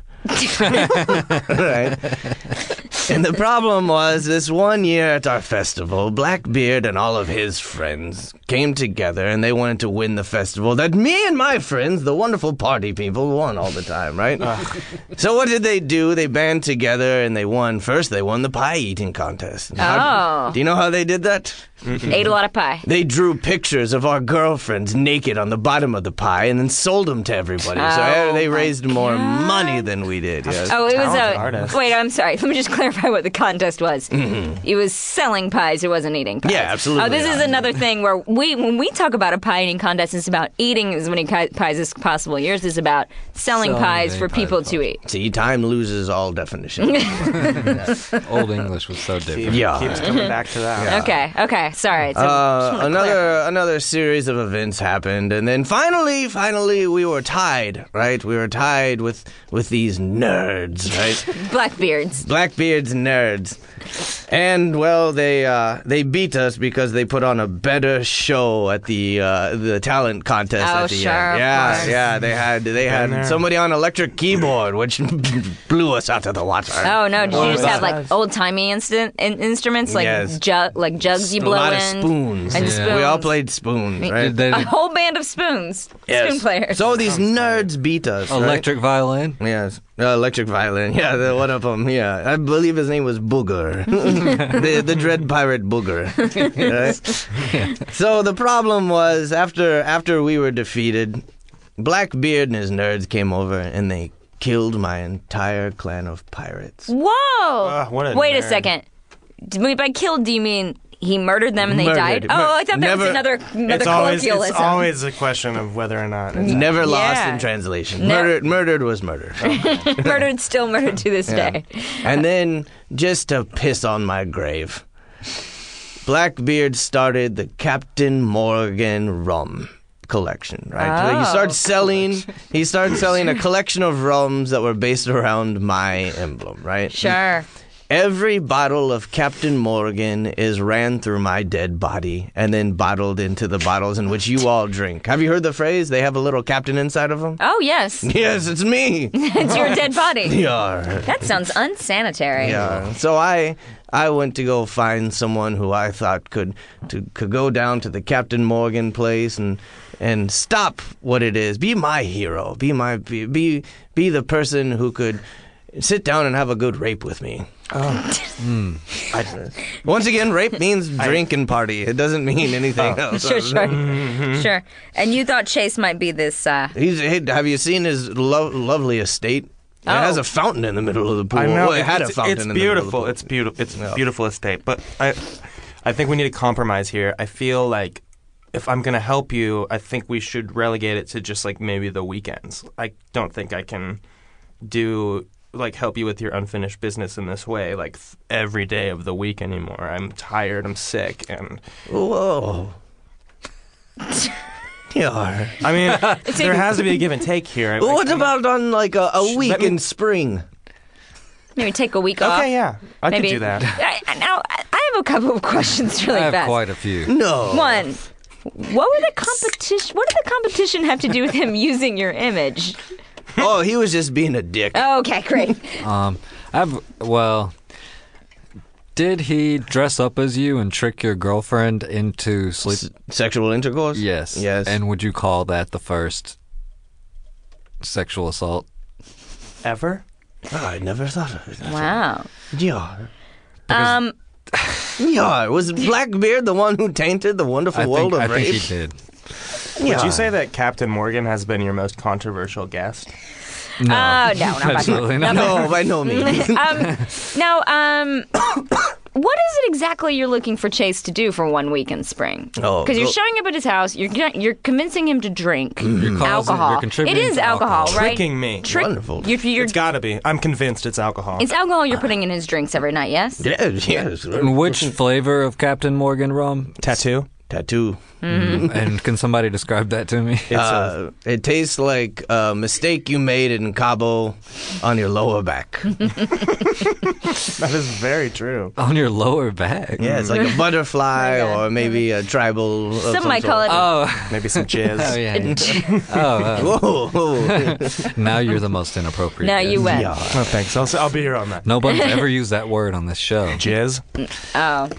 F: right? And the problem was this one year at our festival, Blackbeard and all of his friends came together and they wanted to win the festival that me and my friends, the wonderful party people, won all the time, right? so what did they do? They band together and they won. First, they won the pie eating contest. And how-
B: Oh.
F: Do you know how they did that?
B: Ate a lot of pie.
F: They drew pictures of our girlfriends naked on the bottom of the pie and then sold them to everybody. so
B: Oh,
F: they
B: my
F: raised more money than we did. Yes.
B: Oh, it was
D: talented
B: a
D: artist.
B: wait. I'm sorry. Let me just clarify. clarify what the contest was. It was selling pies. It wasn't eating pies.
F: Mm-hmm. Yeah, absolutely
B: Oh, this is
F: not.
B: another thing where we, when we talk about a pie eating contest, it's about eating as many ki- pies as possible. Yours is about selling,
C: Selling
B: pies
C: as
B: for
C: many pies
B: people
C: as
B: to eat.
F: See, time loses all definition.
C: Old English was so different.
F: Yeah.
D: Keeps coming back to that.
B: Okay. Okay. Sorry. It's a-
F: Uh,
B: just wanna
F: another
B: clarify.
F: another series of events happened, and then finally, finally, we were tied. Right, we were tied with with these nerds. Right,
B: Blackbeards.
F: Blackbeard's nerds, and well, they uh, they beat us because they put on a better show at the uh, the talent contest.
B: Oh,
F: at the
B: sure,
F: end.
B: of
F: yeah,
B: course.
F: yeah, they had they
D: there.
F: had somebody on electric keyboard, which blew us out of the water.
B: Oh no! Did you
F: was
B: just have
D: that?
B: like old timey instant in- instruments, like
F: Yes.
B: jug, like jugs you
F: a
B: blow
F: lot
B: in,
F: of spoons.
B: and
C: Yeah.
F: We all
B: spoons.
F: played spoons, right?
C: Did they
B: a whole band of spoons, spoon players.
F: So these nerds beat us. right?
C: electric violin?
F: Yes, uh, electric violin. Yeah, the, one of them. Yeah, I believe his name was Booger, the the dread pirate Booger. Right? So the problem was after after we were defeated, Blackbeard and his nerds came over and they killed my entire clan of pirates.
B: Whoa!
F: Uh,
D: Ugh, Uh, what a
B: Wait a
D: nerd.
B: second. D- Wait, by killed, do you mean he murdered them and they died?
F: Murdered.
B: Oh,
F: Mur-
B: I thought that was
F: never-
B: another another
D: It's always,
B: colloquialism.
D: it's always a question of whether or not. It's
F: Never lost
B: Yeah.
F: in translation.
B: No.
F: Murdered, murdered was murdered.
B: murdered, still murdered to this day.
F: And then, just to piss on my grave, Blackbeard started the Captain Morgan rum collection, right? So he
B: Oh.
F: starts selling he starts selling a collection of rums that were based around my emblem, right?
B: Sure.
F: Every bottle of Captain Morgan is ran through my dead body and then bottled into the bottles in which you all drink. Have you heard the phrase they have a little captain inside of them?
B: Oh yes,
F: Yes, it's me.
B: it's your dead body.
F: Yeah.
B: That sounds unsanitary.
F: Yeah. So I I went to go find someone who I thought could to could go down to the Captain Morgan place and and stop what it is. Be my hero. Be my be be, be the person who could sit down and have a good rape with me.
D: Oh.
F: Hmm. I- once again, rape means drink and party. It doesn't
D: Oh.
F: mean anything else.
B: Sure, sure,
C: Mm-hmm.
B: sure. And you thought Chase might be this. Uh,
F: He's, he, have you seen his lo- lovely estate? It has
B: Oh.
F: a fountain in the middle of the pool.
D: I know
F: Well, it had a
D: it's,
F: fountain
D: It's
F: in the middle of the
D: beautiful.
F: pool.
D: It's beautiful. It's a beautiful estate. But I, I think we need a compromise here. I feel like if I'm going to help you, I think we should relegate it to just like maybe the weekends. I don't think I can do like help you with your unfinished business in this way like th- every day of the week anymore. I'm tired. I'm sick, and
F: Whoa. yeah.
D: I mean there has to be a give and take here. I-
F: What about on like a, a week
D: me-
F: in spring?
B: maybe take a week off.
D: Okay, yeah, I
B: maybe.
D: could do that.
B: I, I- now I I have a couple of questions really
C: I have
B: fast.
C: quite a few.
F: No.
B: One. What would the competition? What did the competition have to do with him using your image?
F: Oh, he was just being a dick.
B: Okay, great.
C: Um, I've well, did he dress up as you and trick your girlfriend into
F: S-
C: sleep?
F: sexual intercourse?
C: Yes.
F: Yes.
C: And would you call that the first sexual assault?
D: Ever?
F: Oh, I never thought of it.
B: Wow.
F: Yeah.
B: Um,
F: Yeah. Was Blackbeard the one who tainted the wonderful
C: I
F: world
C: think, I
F: of
C: think
F: rape?
C: he did.
F: Yeah.
D: Would you say that Captain Morgan has been your most controversial guest?
C: No,
D: uh,
B: Oh, no, not by-
C: absolutely not.
F: No, Oh, by no means.
B: um, now, um, what is it exactly you're looking for Chase to do for one week in spring?
F: Oh,
B: because you're
F: well-
B: showing up at his house, you're g- you're convincing him to drink
C: causing-
B: alcohol.
C: Mm-hmm. you're contributing
B: it is
C: to
B: alcohol,
C: alcohol.
B: right?
D: Tricking me.
B: Trick-
F: Wonderful.
B: You're, you're,
D: it's got to be. I'm convinced it's alcohol.
B: it's alcohol you're putting in his drinks every night. Yes.
F: yes. Yes.
C: And Which flavor of Captain Morgan rum? Mm,
D: tattoo.
F: Tattoo.
C: And can somebody describe that to me?
D: It's a,
F: Uh, it tastes like a mistake you made in Cabo on your lower back.
D: that is very true.
C: On your lower back.
F: Yeah, it's like a butterfly
B: Oh my God.
F: or maybe a tribal. of
B: Some might
F: sort.
B: call it.
C: Oh,
D: Maybe some
C: oh
D: jizz.
C: yeah. Oh,
F: Whoa! whoa.
C: Now you're the most inappropriate.
B: now you
C: guest.
B: went.
F: yeah.
D: No Oh, thanks. I'll, I'll be here on that.
C: Nobody's ever used that word on this show.
D: Jizz.
B: Oh,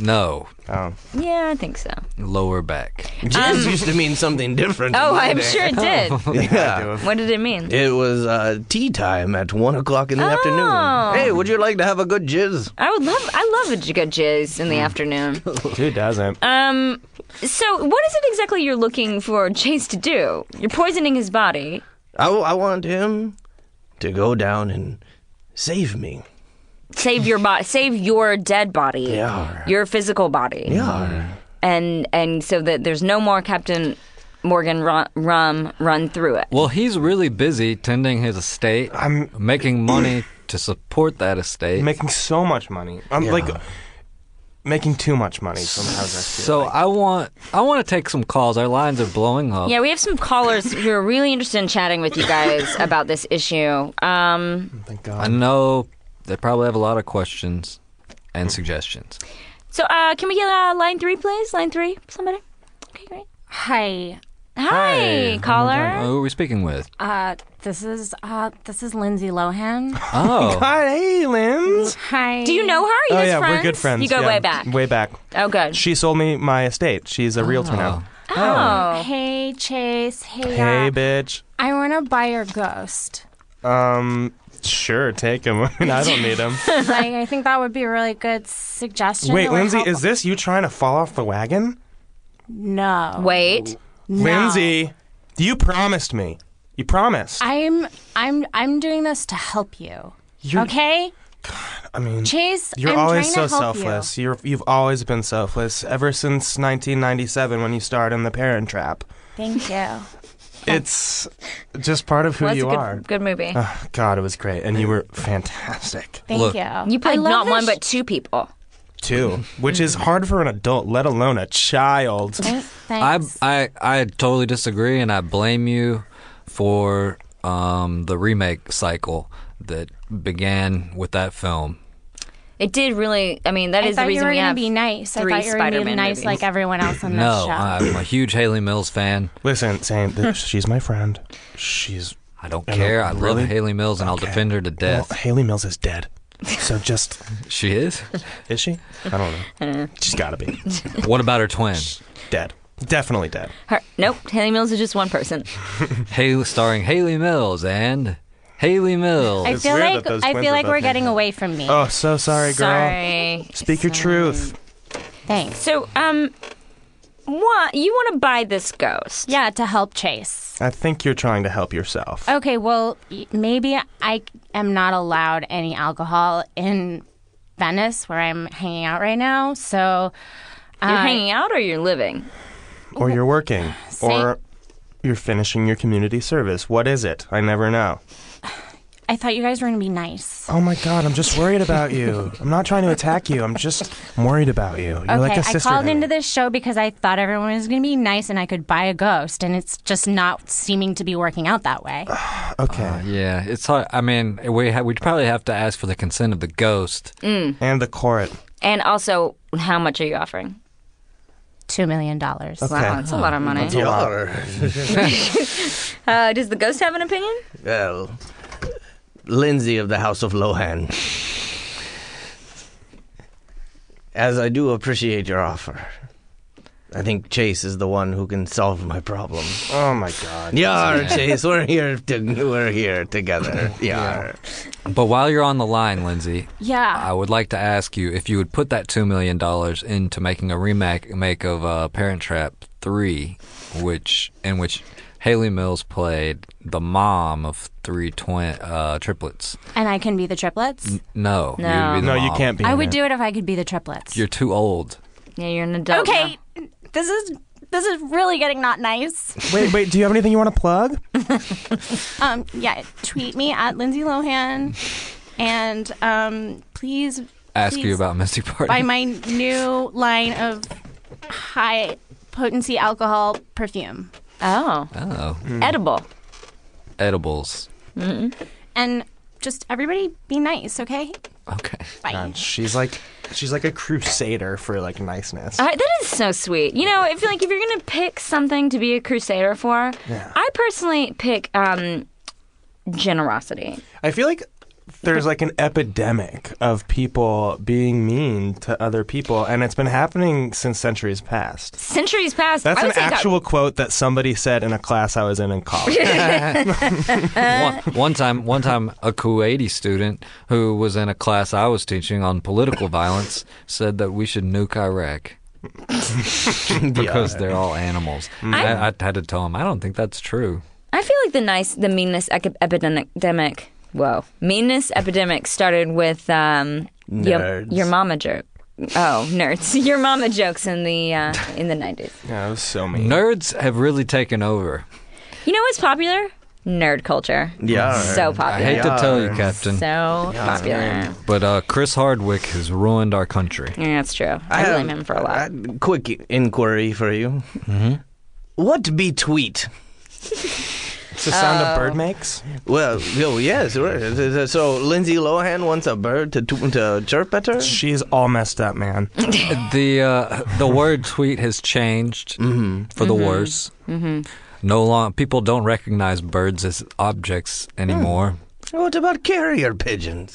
C: No,
D: Oh.
B: yeah, I think so.
C: lower back.
F: Jizz used to mean something different. in
B: Um, Oh,
F: my
B: I'm
F: day.
B: sure it did.
F: Yeah.
B: What did it mean?
F: It was uh, tea time at one o'clock in the
B: Oh.
F: afternoon. Hey, would you like to have a good jizz?
B: I would love. I love a j- good jizz in the
C: Hmm.
B: afternoon.
D: Who doesn't?
B: Um. So, what is it exactly you're looking for Chase to do? You're poisoning his body.
F: I, I want him to go down and save me.
B: save your body, save your dead body,
F: Yeah.
B: your physical body,
F: Yeah.
B: and and so that there's no more Captain Morgan ru- rum run through it.
C: Well, he's really busy tending his estate,
D: I'm-
C: making money to support that estate.
D: making so much money. I'm like making too much money sometimes. I feel
C: so I want I want to take some calls. Our lines are blowing up.
B: Yeah, we have some callers who are really interested in chatting with you guys about this issue. Um,
D: thank
C: I
D: God.
C: know they probably have a lot of questions and suggestions.
B: So, uh, can we get uh, line three, please? Line three, somebody. Okay, great.
G: Hi.
B: Hi, caller.
C: Who are we speaking with?
G: Uh, this is uh, this is Lindsay Lohan.
C: Oh,
D: Hi, hey, Linz.
G: Hi.
B: Do you know her? Are you
D: Oh
B: guys
D: yeah,
B: friends?
D: we're good friends.
B: You go
D: Yeah,
B: way back.
D: Way back.
B: Oh, good.
D: She sold me my estate. She's a realtor now.
B: Oh,
G: Hey Chase. Hey.
D: Hey,
G: uh,
D: bitch.
G: I want to buy your ghost.
D: Um, sure, take him. I mean, I don't need him.
G: like, I think that would be a really good suggestion.
D: Wait,
G: that would
D: Lindsay,
G: help-
D: is this you trying to fall off the wagon?
G: no.
B: wait.
G: no.
D: Lindsay, you promised me. You promised.
G: I'm I'm I'm doing this to help you.
D: You're-
G: okay,
D: I mean,
G: Chase.
D: You're
G: I'm
D: always so
G: trying to help
D: selfless. You. You're, you've always been selfless ever since 1997 when you starred in The Parent Trap.
G: You. Thank you.
D: It's just part of who
B: Well, that's
D: you
B: a good,
D: are.
B: good movie.
D: Ah, God, it was great, and you were fantastic
G: Thank
C: Look.
G: you.
B: you played
G: I love
B: not
G: this
B: one
G: sh-
B: but two people.
D: too, which is hard for an adult, let alone a child.
G: Thank-
C: I
G: Thanks.
C: I I totally disagree, and I blame you for um, the remake cycle that began with that film.
B: It did really. I mean, that
G: I
B: is the
G: thought you
B: reason
G: were
B: we
G: gonna
B: have
G: be nice. I
B: three
G: thought you were gonna be
B: Spider-Man
G: nice
B: movies.
G: like everyone else on this
C: No,
G: show.
D: uh,
C: I'm a huge Haley Mills fan.
D: Listen, saying that she's my friend. She's
C: I don't
D: And
C: care.
D: I-
C: I love
D: really?
C: Haley Mills, and I'll
D: Okay.
C: defend her to death.
D: Well, Haley Mills is dead. So just
C: She is.
D: is she? I don't
G: Eh.
D: know. She's got to be
C: what about her twin,
D: dead. Definitely dead.
B: Her, nope, Haley Mills is just one person.
C: Haley, starring Haley Mills and Haley Mills?
G: I
D: It's
G: feel
D: weird
G: like
D: that those
G: I
D: twins
G: feel
D: are
G: like we're
D: both
G: getting
D: named-
G: away from me.
D: Oh, so sorry, girl.
B: Sorry.
D: Speak your truth.
G: Thanks.
B: So, um, what you want to buy this ghost?
G: Yeah, to help Chase.
D: I think you're trying to help yourself.
G: Okay, well, y- maybe I am not allowed any alcohol in Venice where I'm hanging out right now. So, uh,
B: You're hanging out or you're living?
D: or you're working, or you're finishing your community service. What is it? I never know.
G: I thought you guys were going to be nice.
D: Oh my God, I'm just worried about you. I'm not trying to attack you. I'm just I'm worried about you. You're like
G: okay,
D: a
G: I
D: sister.
G: called
D: to
G: into
D: me.
G: this show because I thought everyone was going to be nice and I could buy a ghost, and it's just not seeming to be working out that way. Um.
D: Okay,
C: yeah, it's hard. I mean, we ha- we'd probably have to ask for the consent of the ghost.
G: Mm.
D: and the court.
B: And also, how much are you offering?
G: Two million dollars.
B: Wow, that's a lot of money.
D: a lot.
B: Uh, does the ghost have an opinion?
F: Well, Lindsay of the House of Lohan. As I do appreciate your offer, I think Chase is the one who can solve my problem.
D: Oh my God.
F: Yar, Chase, we're here. To, we're here together. Yar.
C: But while you're on the line, Lindsay,
G: Yeah.
C: I would like to ask you if you would put that two million dollars into making a remake make of uh, Parent Trap Three, which in which Haley Mills played the mom of three twin uh, triplets.
G: And I can be the
D: Mm,
G: triplets.
C: No, you would
B: No.
C: be the
D: No, you
C: mom.
D: can't be.
G: I
D: in
G: would
D: there.
G: do it if I could be the triplets.
C: You're too old.
B: Yeah, you're an adult.
G: okay, this is this is really getting not nice.
D: Wait, wait. Do you have anything you want to plug?
G: Um, yeah, tweet me at Lindsay Lohan, and um, please
C: Ask
G: please
C: you about Misty Party.
G: buy my new line of high potency alcohol perfume
B: now. Oh,
C: oh,
D: Hmm. Mm.
B: edible.
C: edibles.
G: and. Just everybody be nice, okay?
C: Okay.
G: Bye.
D: God, she's like she's like a crusader for like niceness.
B: All right, that is so sweet. You know, I feel like if you're gonna pick something to be a crusader for, I personally pick um, generosity.
D: I feel like there's like an epidemic of people being mean to other people, and it's been happening since centuries past.
B: Centuries past.
D: That's
B: I would
D: an
B: say God-
D: actual quote that somebody said in a class I was in in college.
C: one, one time, one time, a Kuwaiti student who was in a class I was teaching on political violence said that we should nuke Iraq because they're all animals.
D: Mm.
C: I, I had to tell him I don't think that's true.
B: I feel like the nice, the meanness ec- epidemic Whoa. Meanness epidemic started with um, your-
F: Nerds.
B: Your, mama joke. Oh, nerds. Your mama jokes in the uh, in the 90s.
D: Yeah, it was so mean.
C: Nerds have really taken over.
B: You know what's popular? Nerd culture.
F: Yeah.
B: So
D: Uh,
C: I hate
B: popular.
C: to tell you, Captain,
B: So popular.
C: but uh, Chris Hardwick has ruined our country.
B: Yeah, that's true. I, blame him for a lot.
F: Uh, quick i- inquiry for you. What be tweet?
D: It's the sound
B: Oh.
D: a bird makes.
F: Well, oh, yes. right. So Lindsay Lohan wants a bird to, to, to chirp at her?
D: She's all messed up, man.
C: The uh, the word tweet has changed
D: Mm-hmm.
C: for the worse. No long people don't recognize birds as objects
D: Hmm.
C: anymore.
F: What about carrier pigeons?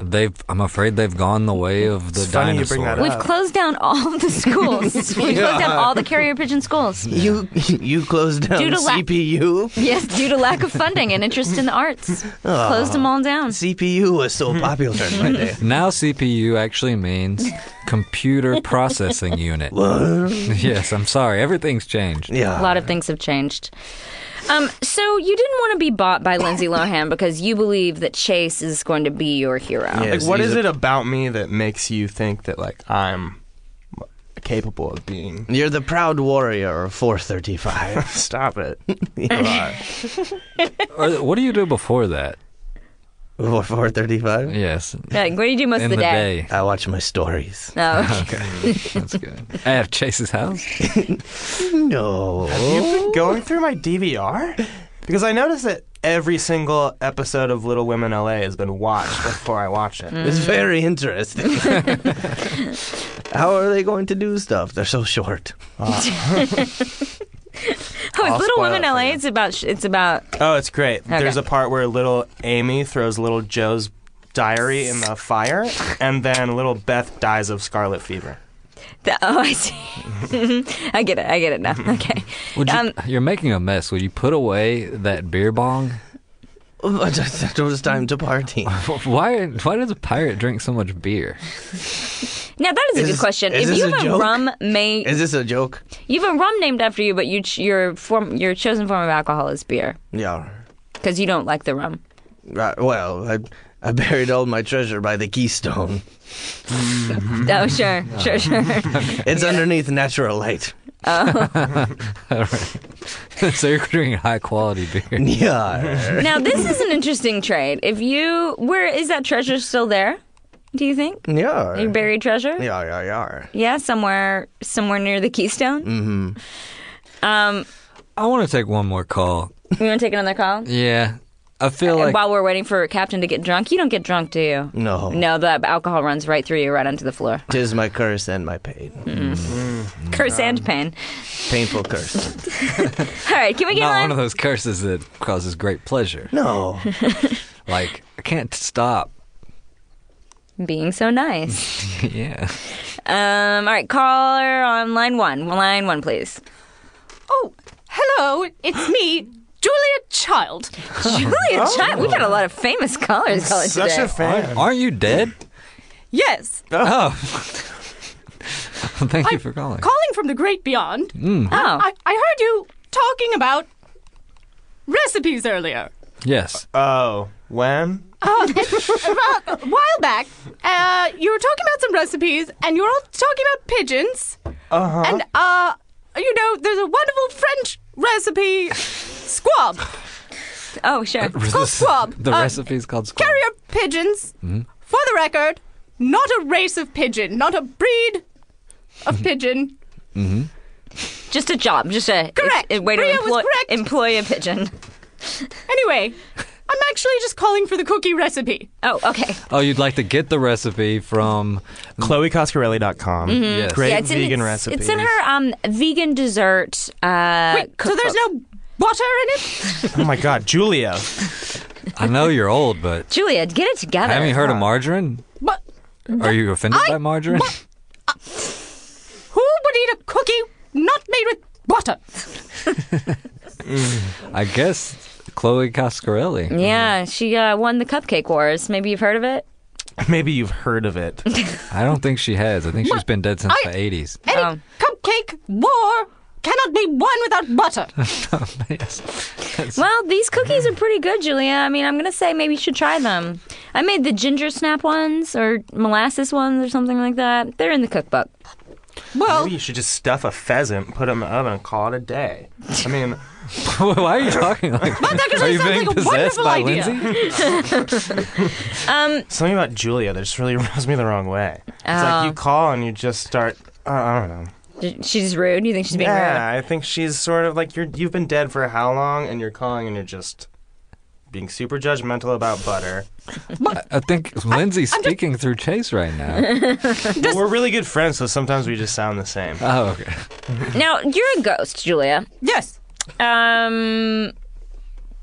C: They've I'm afraid they've gone the way of the
D: It's funny you
C: dinosaur.
D: bring that
B: We've
D: up.
B: closed down all the schools. We've closed down all the carrier pigeon schools.
F: You you closed down
B: Due to la-
F: CPU?
B: Yes, due to lack of funding and interest in the arts. Closed them all down.
F: CPU was so popular in my day.
C: Now CPU actually means computer processing unit. yes, I'm sorry. Everything's changed.
F: Yeah.
B: A lot of things have changed. Um, so you didn't want to be bought by Lindsay Lohan because you believe that Chase is going to be your hero.
D: Like,
F: Yes,
D: what
F: he's
D: is
F: a-
D: it about me that makes you think that like I'm capable of being?
F: You're the proud warrior of 435.
D: Stop it.
C: Or, what do you do before that?
F: or 435?
C: Yes,
B: Like, what do you do most
C: in
B: of the, Oh,
C: the day.
F: I watch my stories.
B: No.
C: That's good. At Chase's house.
F: No.
D: You've been going through my DVR because I noticed that every single episode of Little Women LA has been watched before I watch it.
F: It's
B: Mm.
F: very interesting. How are they going to do stuff? They're so short.
B: Oh, it's Little
D: spoil
B: Women
D: it for
B: LA.
D: you.
B: It's about. sh- It's about.
D: Oh, it's great. There's
B: Okay.
D: a part where little Amy throws little Joe's diary in the fire, and then little Beth dies of scarlet fever.
B: The, oh, I see. I get it. I get it now. Okay.
C: Would you,
B: Um,
C: you're making a mess. Would you put away that beer bong?
F: But it was time to party.
C: Why? Why does a pirate drink so much beer?
B: Now that is,
F: Is
B: a
F: this-
B: good question.
F: is
B: If
F: this
B: you
F: a
B: have a
F: joke?
B: rum made,
F: Is this a joke?
B: you have a rum named after you, but you ch- your form, your chosen form of alcohol is beer
F: Yeah.
B: because you don't like the rum.
F: Right, well, I, I buried all my treasure by the Keystone.
C: Mm.
B: Oh, sure, sure, sure.
F: It's underneath natural light.
C: so you're drinking high quality beer.
F: Yeah.
B: Now this is an interesting trade. If you where is that treasure still there? Do you
C: Mm.
B: think
F: Yeah.
B: your buried treasure?
F: Yeah, yeah, yeah.
B: Yeah, somewhere somewhere near the Keystone.
C: Mm.
B: Mm-hmm. Um,
C: I want to take one more call.
B: you want to take another call?
C: Yeah, I feel
B: And
C: like
B: While we're waiting for Captain to get drunk, you don't get drunk, do you?
F: No.
B: No, the alcohol runs right through you, right onto the floor.
F: Tis my curse and my pain.
C: Mm.
B: Curse and pain.
F: Painful curse.
B: All right, can we get
C: not
B: on?
C: one of those curses that causes great pleasure.
F: No.
C: Like I can't stop.
B: Being so nice.
C: yeah.
B: Um, all right, caller on line one. Line one, please.
H: Oh, hello, it's me, Julia Child.
B: Julia
H: Oh.
B: Child. We got a lot of famous callers calling
D: Such
B: today. Oh,
D: a fan.
C: Aren't you dead?
H: Yes,
C: Oh. Thank you for calling.
H: calling from the great beyond.
B: oh,
H: I, I heard you talking about recipes earlier.
C: yes.
D: Oh, when?
H: About a while back, uh, you were talking about some recipes, and you were all talking about pigeons. Uh-huh. And, uh, you know, there's a wonderful French recipe, squab.
B: oh, sure.
H: called squab.
C: The
H: Uh,
C: recipe's called squab.
H: Carrier pigeons, for the record, not a race of pigeon, not a breed of pigeon.
B: Just a job. Just a
H: Correct.
B: a way to
H: Rhea was
B: employ,
H: correct.
B: employ a pigeon.
H: Anyway, I'm actually just calling for the cookie recipe.
B: Oh, okay.
C: Oh, you'd like to get the recipe from
H: Mm-hmm.
D: ChloeCoscarelli.com.
C: yes.
D: Great
B: Yeah, it's
D: vegan
B: in, it's,
D: recipes.
B: It's in her um vegan dessert. Uh,
H: Wait, so there's
B: cookbook.
H: no butter in it?
D: Oh my God, Julia.
C: I know you're old, but
B: Julia, get it together.
C: haven't you heard of margarine?
H: But
C: Are you offended by margarine?
H: who would eat a cookie not made with butter?
C: I guess Chloe Cascarelli.
B: yeah, she uh, won the cupcake wars. Maybe you've heard of it.
D: Maybe you've heard of it.
C: I don't think she has. I think she's been dead since
B: Oh.
H: I-
C: the 80s.
H: Any
B: Um.
H: cupcake war cannot be one without butter.
C: yes. That's-
B: Well, these cookies are
H: Mm-hmm.
B: pretty good, Julia. I mean, I'm gonna say maybe you should try them. I made the ginger snap ones or molasses ones or something like that. They're in the cookbook.
H: Well,
D: Maybe you should just stuff a pheasant, put it in the oven, and call it a day. I mean,
C: Why are you talking like
H: But that
C: that? Are
H: actually
C: you
H: sounds
C: being
H: like a
C: possessed
H: wonderful
C: by
H: idea.
C: Lindsay?
D: something about Julia that just really rubs me the wrong way. It's like you
B: Oh.
D: call and you just start. Uh, I don't know.
B: J- She's rude. You think she's being
D: Yeah,
B: rude?
D: I think she's sort of like you're. You've been dead for how long, and you're calling and you're just being super judgmental about butter.
C: I think Lindsay's speaking through Chase right now.
D: Well, we're really good friends, so sometimes we just sound the same.
C: Oh, okay.
B: Now you're a ghost, Julia.
H: yes.
B: Um,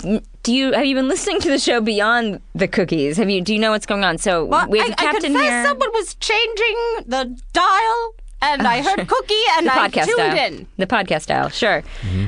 B: do you have you been listening to the show beyond the cookies? Have you do you know what's going on? So
H: Well,
B: we
H: I,
B: have a
H: I
B: captain
H: confess
B: here.
H: someone was changing the dial, and I heard Cookie, and
B: the
H: I
B: podcast
H: tuned
B: style.
H: in.
B: The podcast style, sure.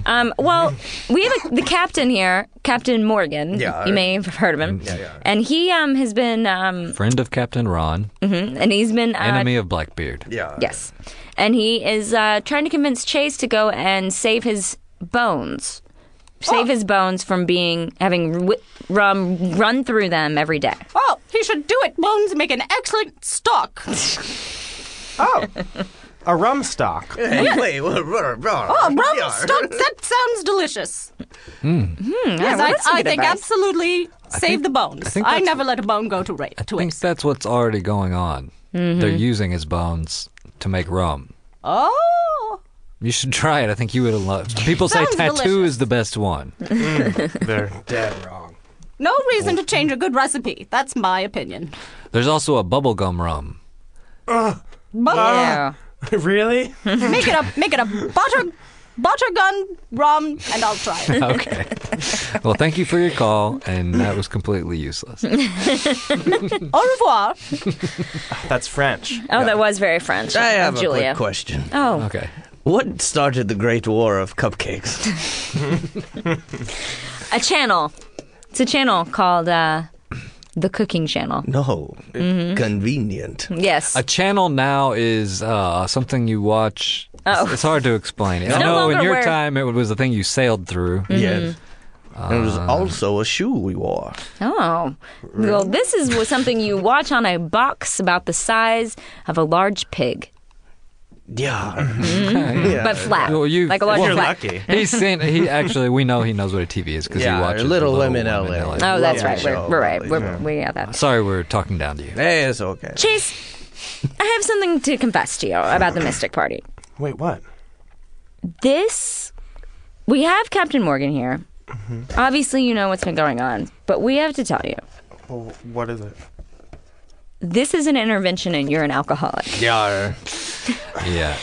B: Um, well, we have a, the captain here, Captain Morgan.
F: Yeah.
B: you may have heard of him. And he um, has been, um,
C: Friend of Captain Ron,
B: and he's been uh,
C: enemy of Blackbeard.
F: Yeah.
B: Yes, and he is uh, trying to convince Chase to go and save his bones,
F: Oh.
B: save his bones from being having ru- rum run through them every day.
H: Oh, he should do it. Bones make an excellent stock.
D: Oh, a rum stock.
F: Hey, wait, what, what, what,
H: Oh, rum stock. That sounds delicious. yes,
B: Hmm, well, that's some
H: I, I
B: good
H: think
B: advice.
H: absolutely save the
C: Hmm. I
H: bones.
C: think
H: I,
C: that's-
H: never let a bone go to, ra- to
C: I think
H: waste.
C: that's what's already going on. They're
H: Mm-hmm.
C: using his bones to make rum.
H: Oh,
C: You should try it. I think you would love. People say
H: Sounds
C: tattoo
H: delicious.
C: is the best one.
D: They're dead wrong.
H: no reason to change a good recipe. That's my opinion.
C: There's also a bubblegum rum.
H: But
F: Oh.
B: Yeah.
D: really?
H: make it a make it a butter butter gun rum, and I'll try it.
C: Okay. well, thank you for your call, and that was completely useless.
H: Au revoir.
D: That's French.
B: Oh, that was very French.
F: I have
B: of
F: a
B: Uh, Julia.
F: quick question.
B: Oh,
C: Okay.
F: What started the Great War of Cupcakes?
B: a channel. It's a channel called uh, the Cooking Channel.
F: No.
B: Mm-hmm.
F: Convenient.
B: Yes,
C: A channel now is uh, something you watch. It's, it's hard to explain. I
B: Oh. no
C: know in
B: longer Mm-hmm.
C: your
B: where-
C: time it was a thing you sailed through.
F: Yes. And it was also a shoe we wore.
B: Oh, well, this is wa- something you watch on a box about the size of a large pig, Mm-hmm.
F: Yeah.
C: Okay.
F: Yeah.
B: but flat,
C: Well, you-
B: like a large
C: You're
B: flat.
D: lucky.
C: He's seen. He actually, we know he knows what a TV is because
F: Yeah,
C: he watches
F: Little Women LA.
B: Oh, that's
F: Yeah,
B: right.
F: show,
B: We're, we're right.
F: probably.
B: We're, We got that.
C: Sorry, we're talking down to you.
F: Hey, it's okay.
B: Chase, I have something to confess to you about the Mystic Party.
D: Wait, what?
B: This, we have Captain Morgan here.
D: Mm-hmm.
B: Obviously, you know what's been going on, but we have to tell you
D: Well, what is it?
B: this is an intervention, and you're an alcoholic.
F: Yeah.
C: Yeah.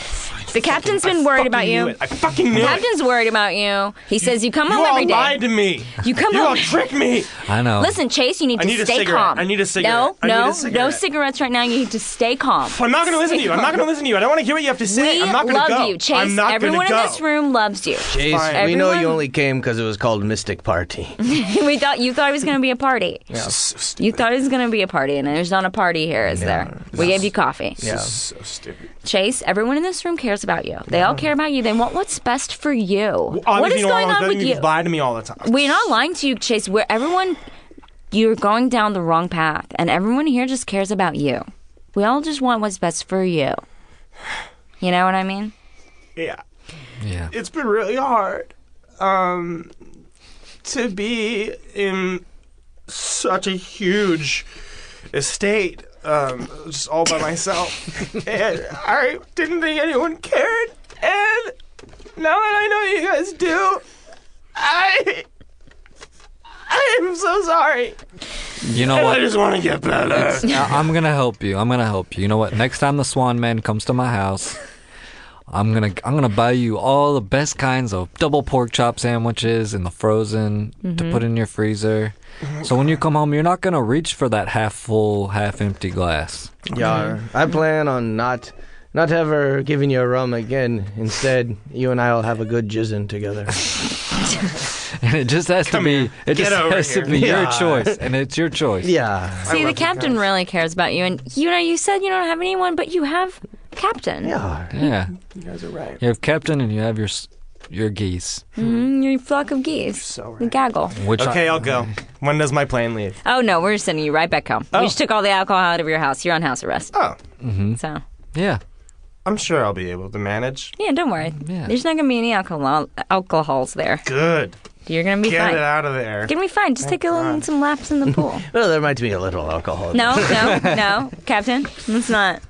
B: The captain's been worried about
D: Knew
B: you.
D: it. I fucking knew it.
B: Captain's worried about you. He says you come
D: You
B: home
D: all
B: every day.
D: lied to me.
B: You come
D: You all
B: home.
D: tricked me.
C: I know.
B: Listen, Chase, you need
D: I
B: to
D: need a
B: stay
D: cigarette.
B: calm.
D: I need a cigarette.
B: No,
D: I need a
B: no, no
D: cigarette.
B: cigarettes right now. You need to stay calm.
D: I'm not going to listen to you. I'm not going to listen to you. I don't want to hear what you have to say.
B: We
D: I'm not going to
B: love
D: go.
B: you, Chase.
D: I'm not gonna
B: Everyone
D: go.
B: in this room loves you.
F: Jeez,
D: Fine.
F: we know you
B: Everyone-
F: only came because it was called Mystic Party.
B: we thought you thought it was going to be a party.
D: So stupid.
B: You thought it was going to be a party, and there's not a party here, is there? We gave you coffee.
F: Yeah.
D: So stupid.
B: Chase, everyone in this room cares about you. They all care about you. They want what's best for you. what
D: Obviously,
B: is
D: you don't
B: going
D: want to
B: on
D: listen
B: with
D: to me.
B: you?
D: You lie to me all the time.
B: We're not lying to you, Chase. We're everyone. You're going down the wrong path, and everyone here just cares about you. We all just want what's best for you. You know what I mean?
D: Yeah.
C: Yeah.
D: it's been really hard um to be in such a huge estate um just all by myself and i didn't think anyone cared and now that i know you guys do i i am so sorry
C: You
B: Oh.
C: know
D: i
C: what?
D: just want to get better
C: I- I'm gonna help you. I'm gonna help you. You know what? Next time the Swan Man comes to my house, I'm gonna I'm gonna buy you all the best kinds of double pork chop sandwiches in the frozen
D: Mm-hmm.
C: to put in your freezer. So when you come home, you're not gonna reach for that half full, half empty glass.
F: Yeah. I plan on not not ever giving you a rum again. Instead, you and I will have a good jizzin' together.
C: And it just has to be it just
D: over
C: has to
D: here.
C: be your
F: Yeah.
C: choice, and it's your choice.
F: Yeah.
B: See, the captain really cares about you, and you know, you said you don't have anyone, but you have captain.
F: Yeah.
C: Yeah.
D: you guys are right
C: You have captain, and you have your s- your geese.
B: Mm, your flock of geese.
D: So
B: The
D: right.
B: gaggle.
C: Which
D: Okay,
C: I,
D: I'll go.
B: Mm-hmm.
D: When does my plane leave?
B: Oh no, we're sending you right back home. We just took all the alcohol out of your house. You're on house arrest.
D: Oh,
B: So
C: yeah.
D: I'm sure I'll be able to manage.
B: yeah, don't worry.
D: Oh,
C: Yeah.
B: There's not gonna be any alcohol alcohols there.
D: Good.
B: You're gonna be
D: Get
B: fine.
D: it out of there.
B: Gonna be fine. Just take a little, some laps in the pool.
F: Well, there might be a little alcohol.
B: no, no, no, Captain. Let's not.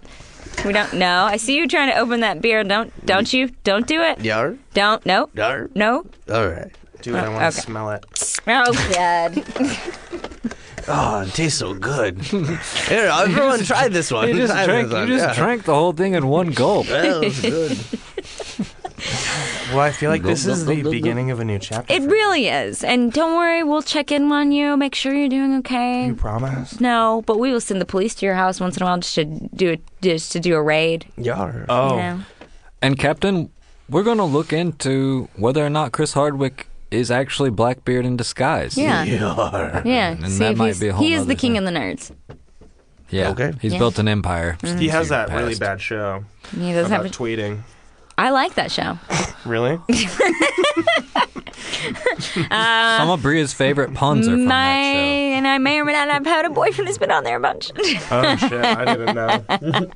B: We don't. No, I see you trying to open that beer. Don't, don't you? Don't do it.
F: Yar,
B: Don't. No.
F: yar.
B: No.
F: All right.
D: Dude, I want to
B: okay.
D: smell it.
B: Oh God.
F: Oh, it tastes so good. Here, everyone, try this one.
C: You just
F: Try
C: drank.
F: this
C: You
F: one.
C: just
F: Yeah.
C: drank the whole thing in one gulp.
F: Well, it's good.
D: Well, I feel like this
C: Glug,
D: is the
C: glug, glug, glug.
D: beginning of a new chapter.
B: It
D: for
B: really is. And don't worry, we'll check in on you. Make sure you're doing okay.
D: You promise?
B: No, but we will send the police to your house once in a while just to do a, just to do a raid.
F: Yar.
D: Oh,
B: You know?
C: And Captain, we're going to look into whether or not Chris Hardwick is actually Blackbeard in disguise.
B: Yeah.
F: Yar.
B: Yeah.
C: And
B: See
C: that
B: if
C: might
B: he's-
C: be a whole
B: he is
C: other
B: the king
C: thing.
B: of the nerds.
C: Yeah.
F: Okay.
C: He's
B: Yeah. Mm.
C: built an empire.
D: he
C: since
D: has
C: your
D: that really
C: past.
D: bad show
B: He doesn't
D: about
B: have. A,
D: tweeting.
B: I like that show.
D: Really?
C: Some of Bria's favorite puns are from
B: Uh, My
C: that
B: and I may or may not have had a boyfriend who's been on there a bunch.
D: oh shit! I didn't know.
C: show.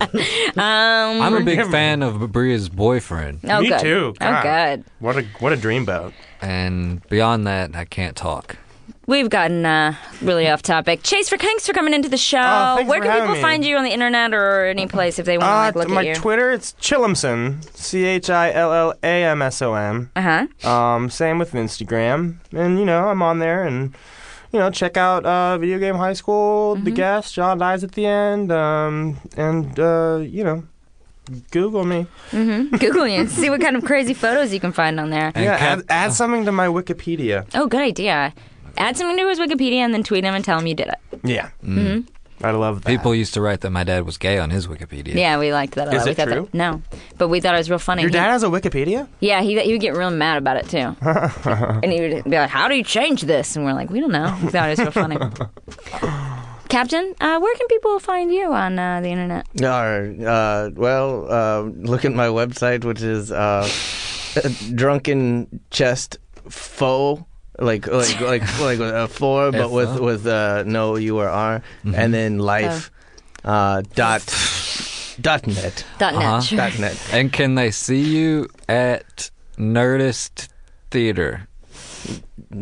C: I'm a
B: Mm.
C: big fan of Bria's boyfriend.
B: oh,
D: Me
B: good.
D: too.
B: Oh,
D: God.
B: good.
D: What a what a dreamboat.
C: And beyond that, I can't talk.
B: We've gotten uh, really off topic. Chase, for thanks for coming into the show.
D: Oh, thanks
B: Where
D: for
B: can
D: having
B: people
D: me.
B: find you on the internet or any place if they want to
D: Uh,
B: like, look
D: my
B: at you?
D: Twitter, it's Chillamson, C H I L L A M S O M.
B: uh huh.
D: Um, same with Instagram, and you know I'm on there, and you know check out uh, Video Game High School,
B: Mm-hmm.
D: The Guest, John dies at the end, um, and uh, you know Google me.
B: Google you and see what kind of crazy photos you can find on there.
C: And
D: yeah,
C: Cap-
D: add, add something to my Wikipedia.
B: Oh, good idea. Add something to his Wikipedia and then tweet him and tell him you did it.
D: Yeah,
B: Mm-hmm.
D: Mm-hmm. I love that.
C: People used to write that my dad was gay on his Wikipedia.
B: Yeah, we liked that a lot.
D: Is
B: we
D: it
B: thought that-
D: true?
B: no, but we thought it was real funny.
D: Your
B: He-
D: dad has a Wikipedia?
B: yeah, he, he would get real mad about it too, and he would be like, "How do you change this?" And we're like, "We don't know." We thought it was real funny. Captain, uh, where can people find you on uh, the internet?
F: Yar. Uh, well, uh, look at my website, which is uh, drunken chest foe. Like like like like a four, but with with uh, no U or R,
C: Mm-hmm.
F: and then
B: Oh.
F: life uh, dot dot net
B: Dot net.
C: Uh-huh.
B: sure.
F: dot net.
C: And can they see you at Nerdist Theater?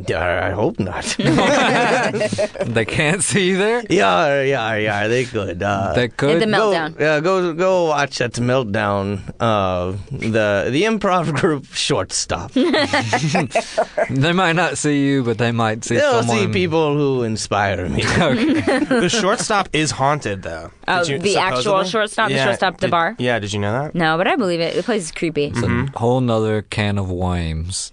F: Yar, I hope not.
C: They can't see you there?
F: yar yar yar. They could. Uh,
C: They
B: At
C: could.
B: the meltdown.
F: Go, yeah, go go watch that meltdown. Uh, the the improv group shortstop.
C: they might not see you, but they might see
F: They'll
C: someone.
F: see people who inspire me.
D: the shortstop is haunted, though.
B: Oh,
D: Did you-
B: the actual
D: supposedly?
B: shortstop, the shortstop, the
D: did-
B: bar?
D: Yeah, did you know that?
B: No, but I believe it. The place is creepy.
C: It's
D: Mm-hmm.
C: a whole nother can of worms.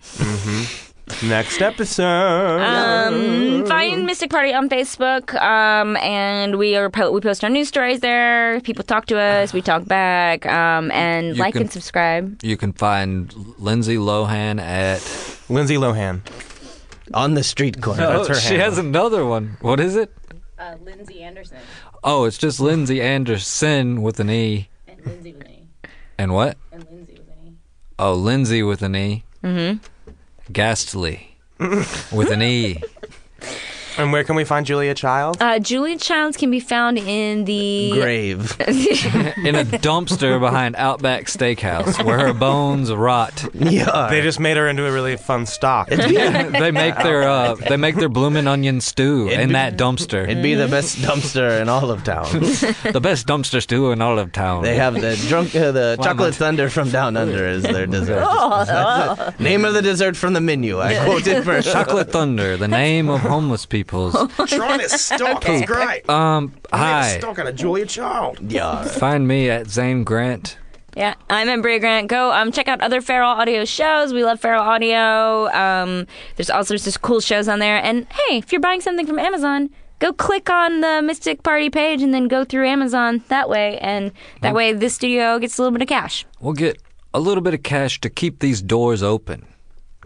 D: Next episode.
B: Um, find Mystic Party on Facebook, um, and we are po- we post our news stories there. People talk to us, we talk back, um, and
C: You
B: like
C: can-
B: and subscribe.
C: You can find Lindsay Lohan at.
D: Lindsay Lohan.
F: On the street corner.
D: that's her
C: Oh, she
D: handle.
C: has another one. What is it?
G: Uh, Lindsay Anderson
C: Oh, it's just Lindsay Anderson with an E.
G: and Lindsay with an E
C: And what?
G: and Lindsay with an E.
C: Oh, Lindsay with an E. Mm-hmm. Ghastly with an E.
D: And where can we find Julia Child?
B: Uh, Julia Childs can be found in the
F: Grave.
C: In a dumpster behind Outback Steakhouse where her bones rot.
D: They
F: Yeah.
D: just made her into a really fun stock.
C: they make their uh, they make their bloomin' onion stew in
F: be-
C: that dumpster.
F: It'd be the best dumpster in all of town.
C: the best dumpster stew in all of town.
F: They have the drunk, uh, the
C: Why
F: chocolate
C: not?
F: thunder from down under is their dessert. Name of the dessert from the menu. I quote it first.
C: Chocolate Thunder, the name of homeless people's.
D: Trying to stalk is great.
C: Um, hi.
D: Stalking a Julia Child.
F: Yar.
C: Find me at Zane Grant.
B: yeah. I'm at Bria Grant. Go um, check out other Feral Audio shows. We love Feral Audio. Um, there's all sorts of cool shows on there. And hey, if you're buying something from Amazon. Go click on the Mystic Party page and then go through Amazon that way, and that way this studio gets a little bit of cash.
C: We'll get a little bit of cash to keep these doors open.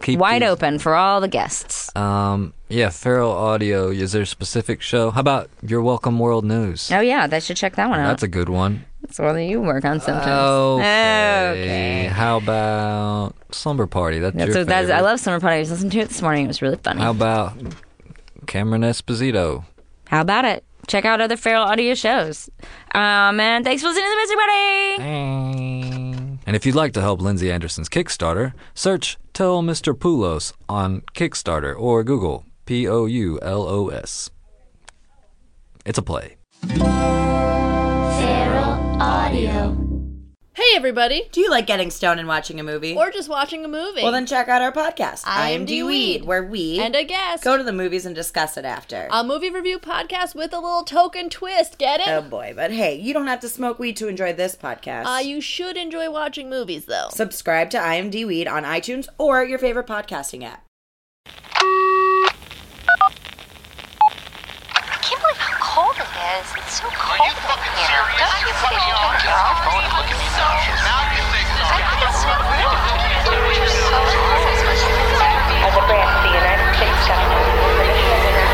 C: Keep
B: Wide
C: these-
B: open for all the guests.
C: Um, yeah, Feral Audio. Is there a specific show? How about Your Welcome World News?
B: Oh yeah, they should check that one out.
C: That's Oh, a good one.
B: It's one that you work on sometimes.
C: Okay.
B: Okay.
C: How about Slumber Party? That's,
B: That's
C: your
B: what that's. I
C: favorite.
B: love summer party. I was listening to it this morning. It was really funny.
C: How
B: How,
C: about Cameron Esposito?
B: about it? Check out other feral audio shows. Um, and thanks for listening to the Mystery Party.
C: And if you'd like to help Lindsay Anderson's Kickstarter, search Tell Mr. Poulos on Kickstarter or Google P O U L O S. It's a play.
I: Hey, everybody!
G: Do you like getting stoned and watching a movie?
I: Or just watching a movie.
G: well, then check out our podcast,
I: I am D. Weed,
G: where we
I: and a guest.
G: go to the movies and discuss it after.
I: a movie review podcast with a little token twist. Get
G: oh
I: it?
G: boy, but hey, you don't have to smoke weed to enjoy this podcast.
I: Uh, you should enjoy watching movies, though.
G: Subscribe to IMD Weed on iTunes or your favorite podcasting app.
J: I can't believe how cold it is. It's so cold in here. Don't you think you can grow? I think it's so rude. You're so rude. As a brand of the United States government,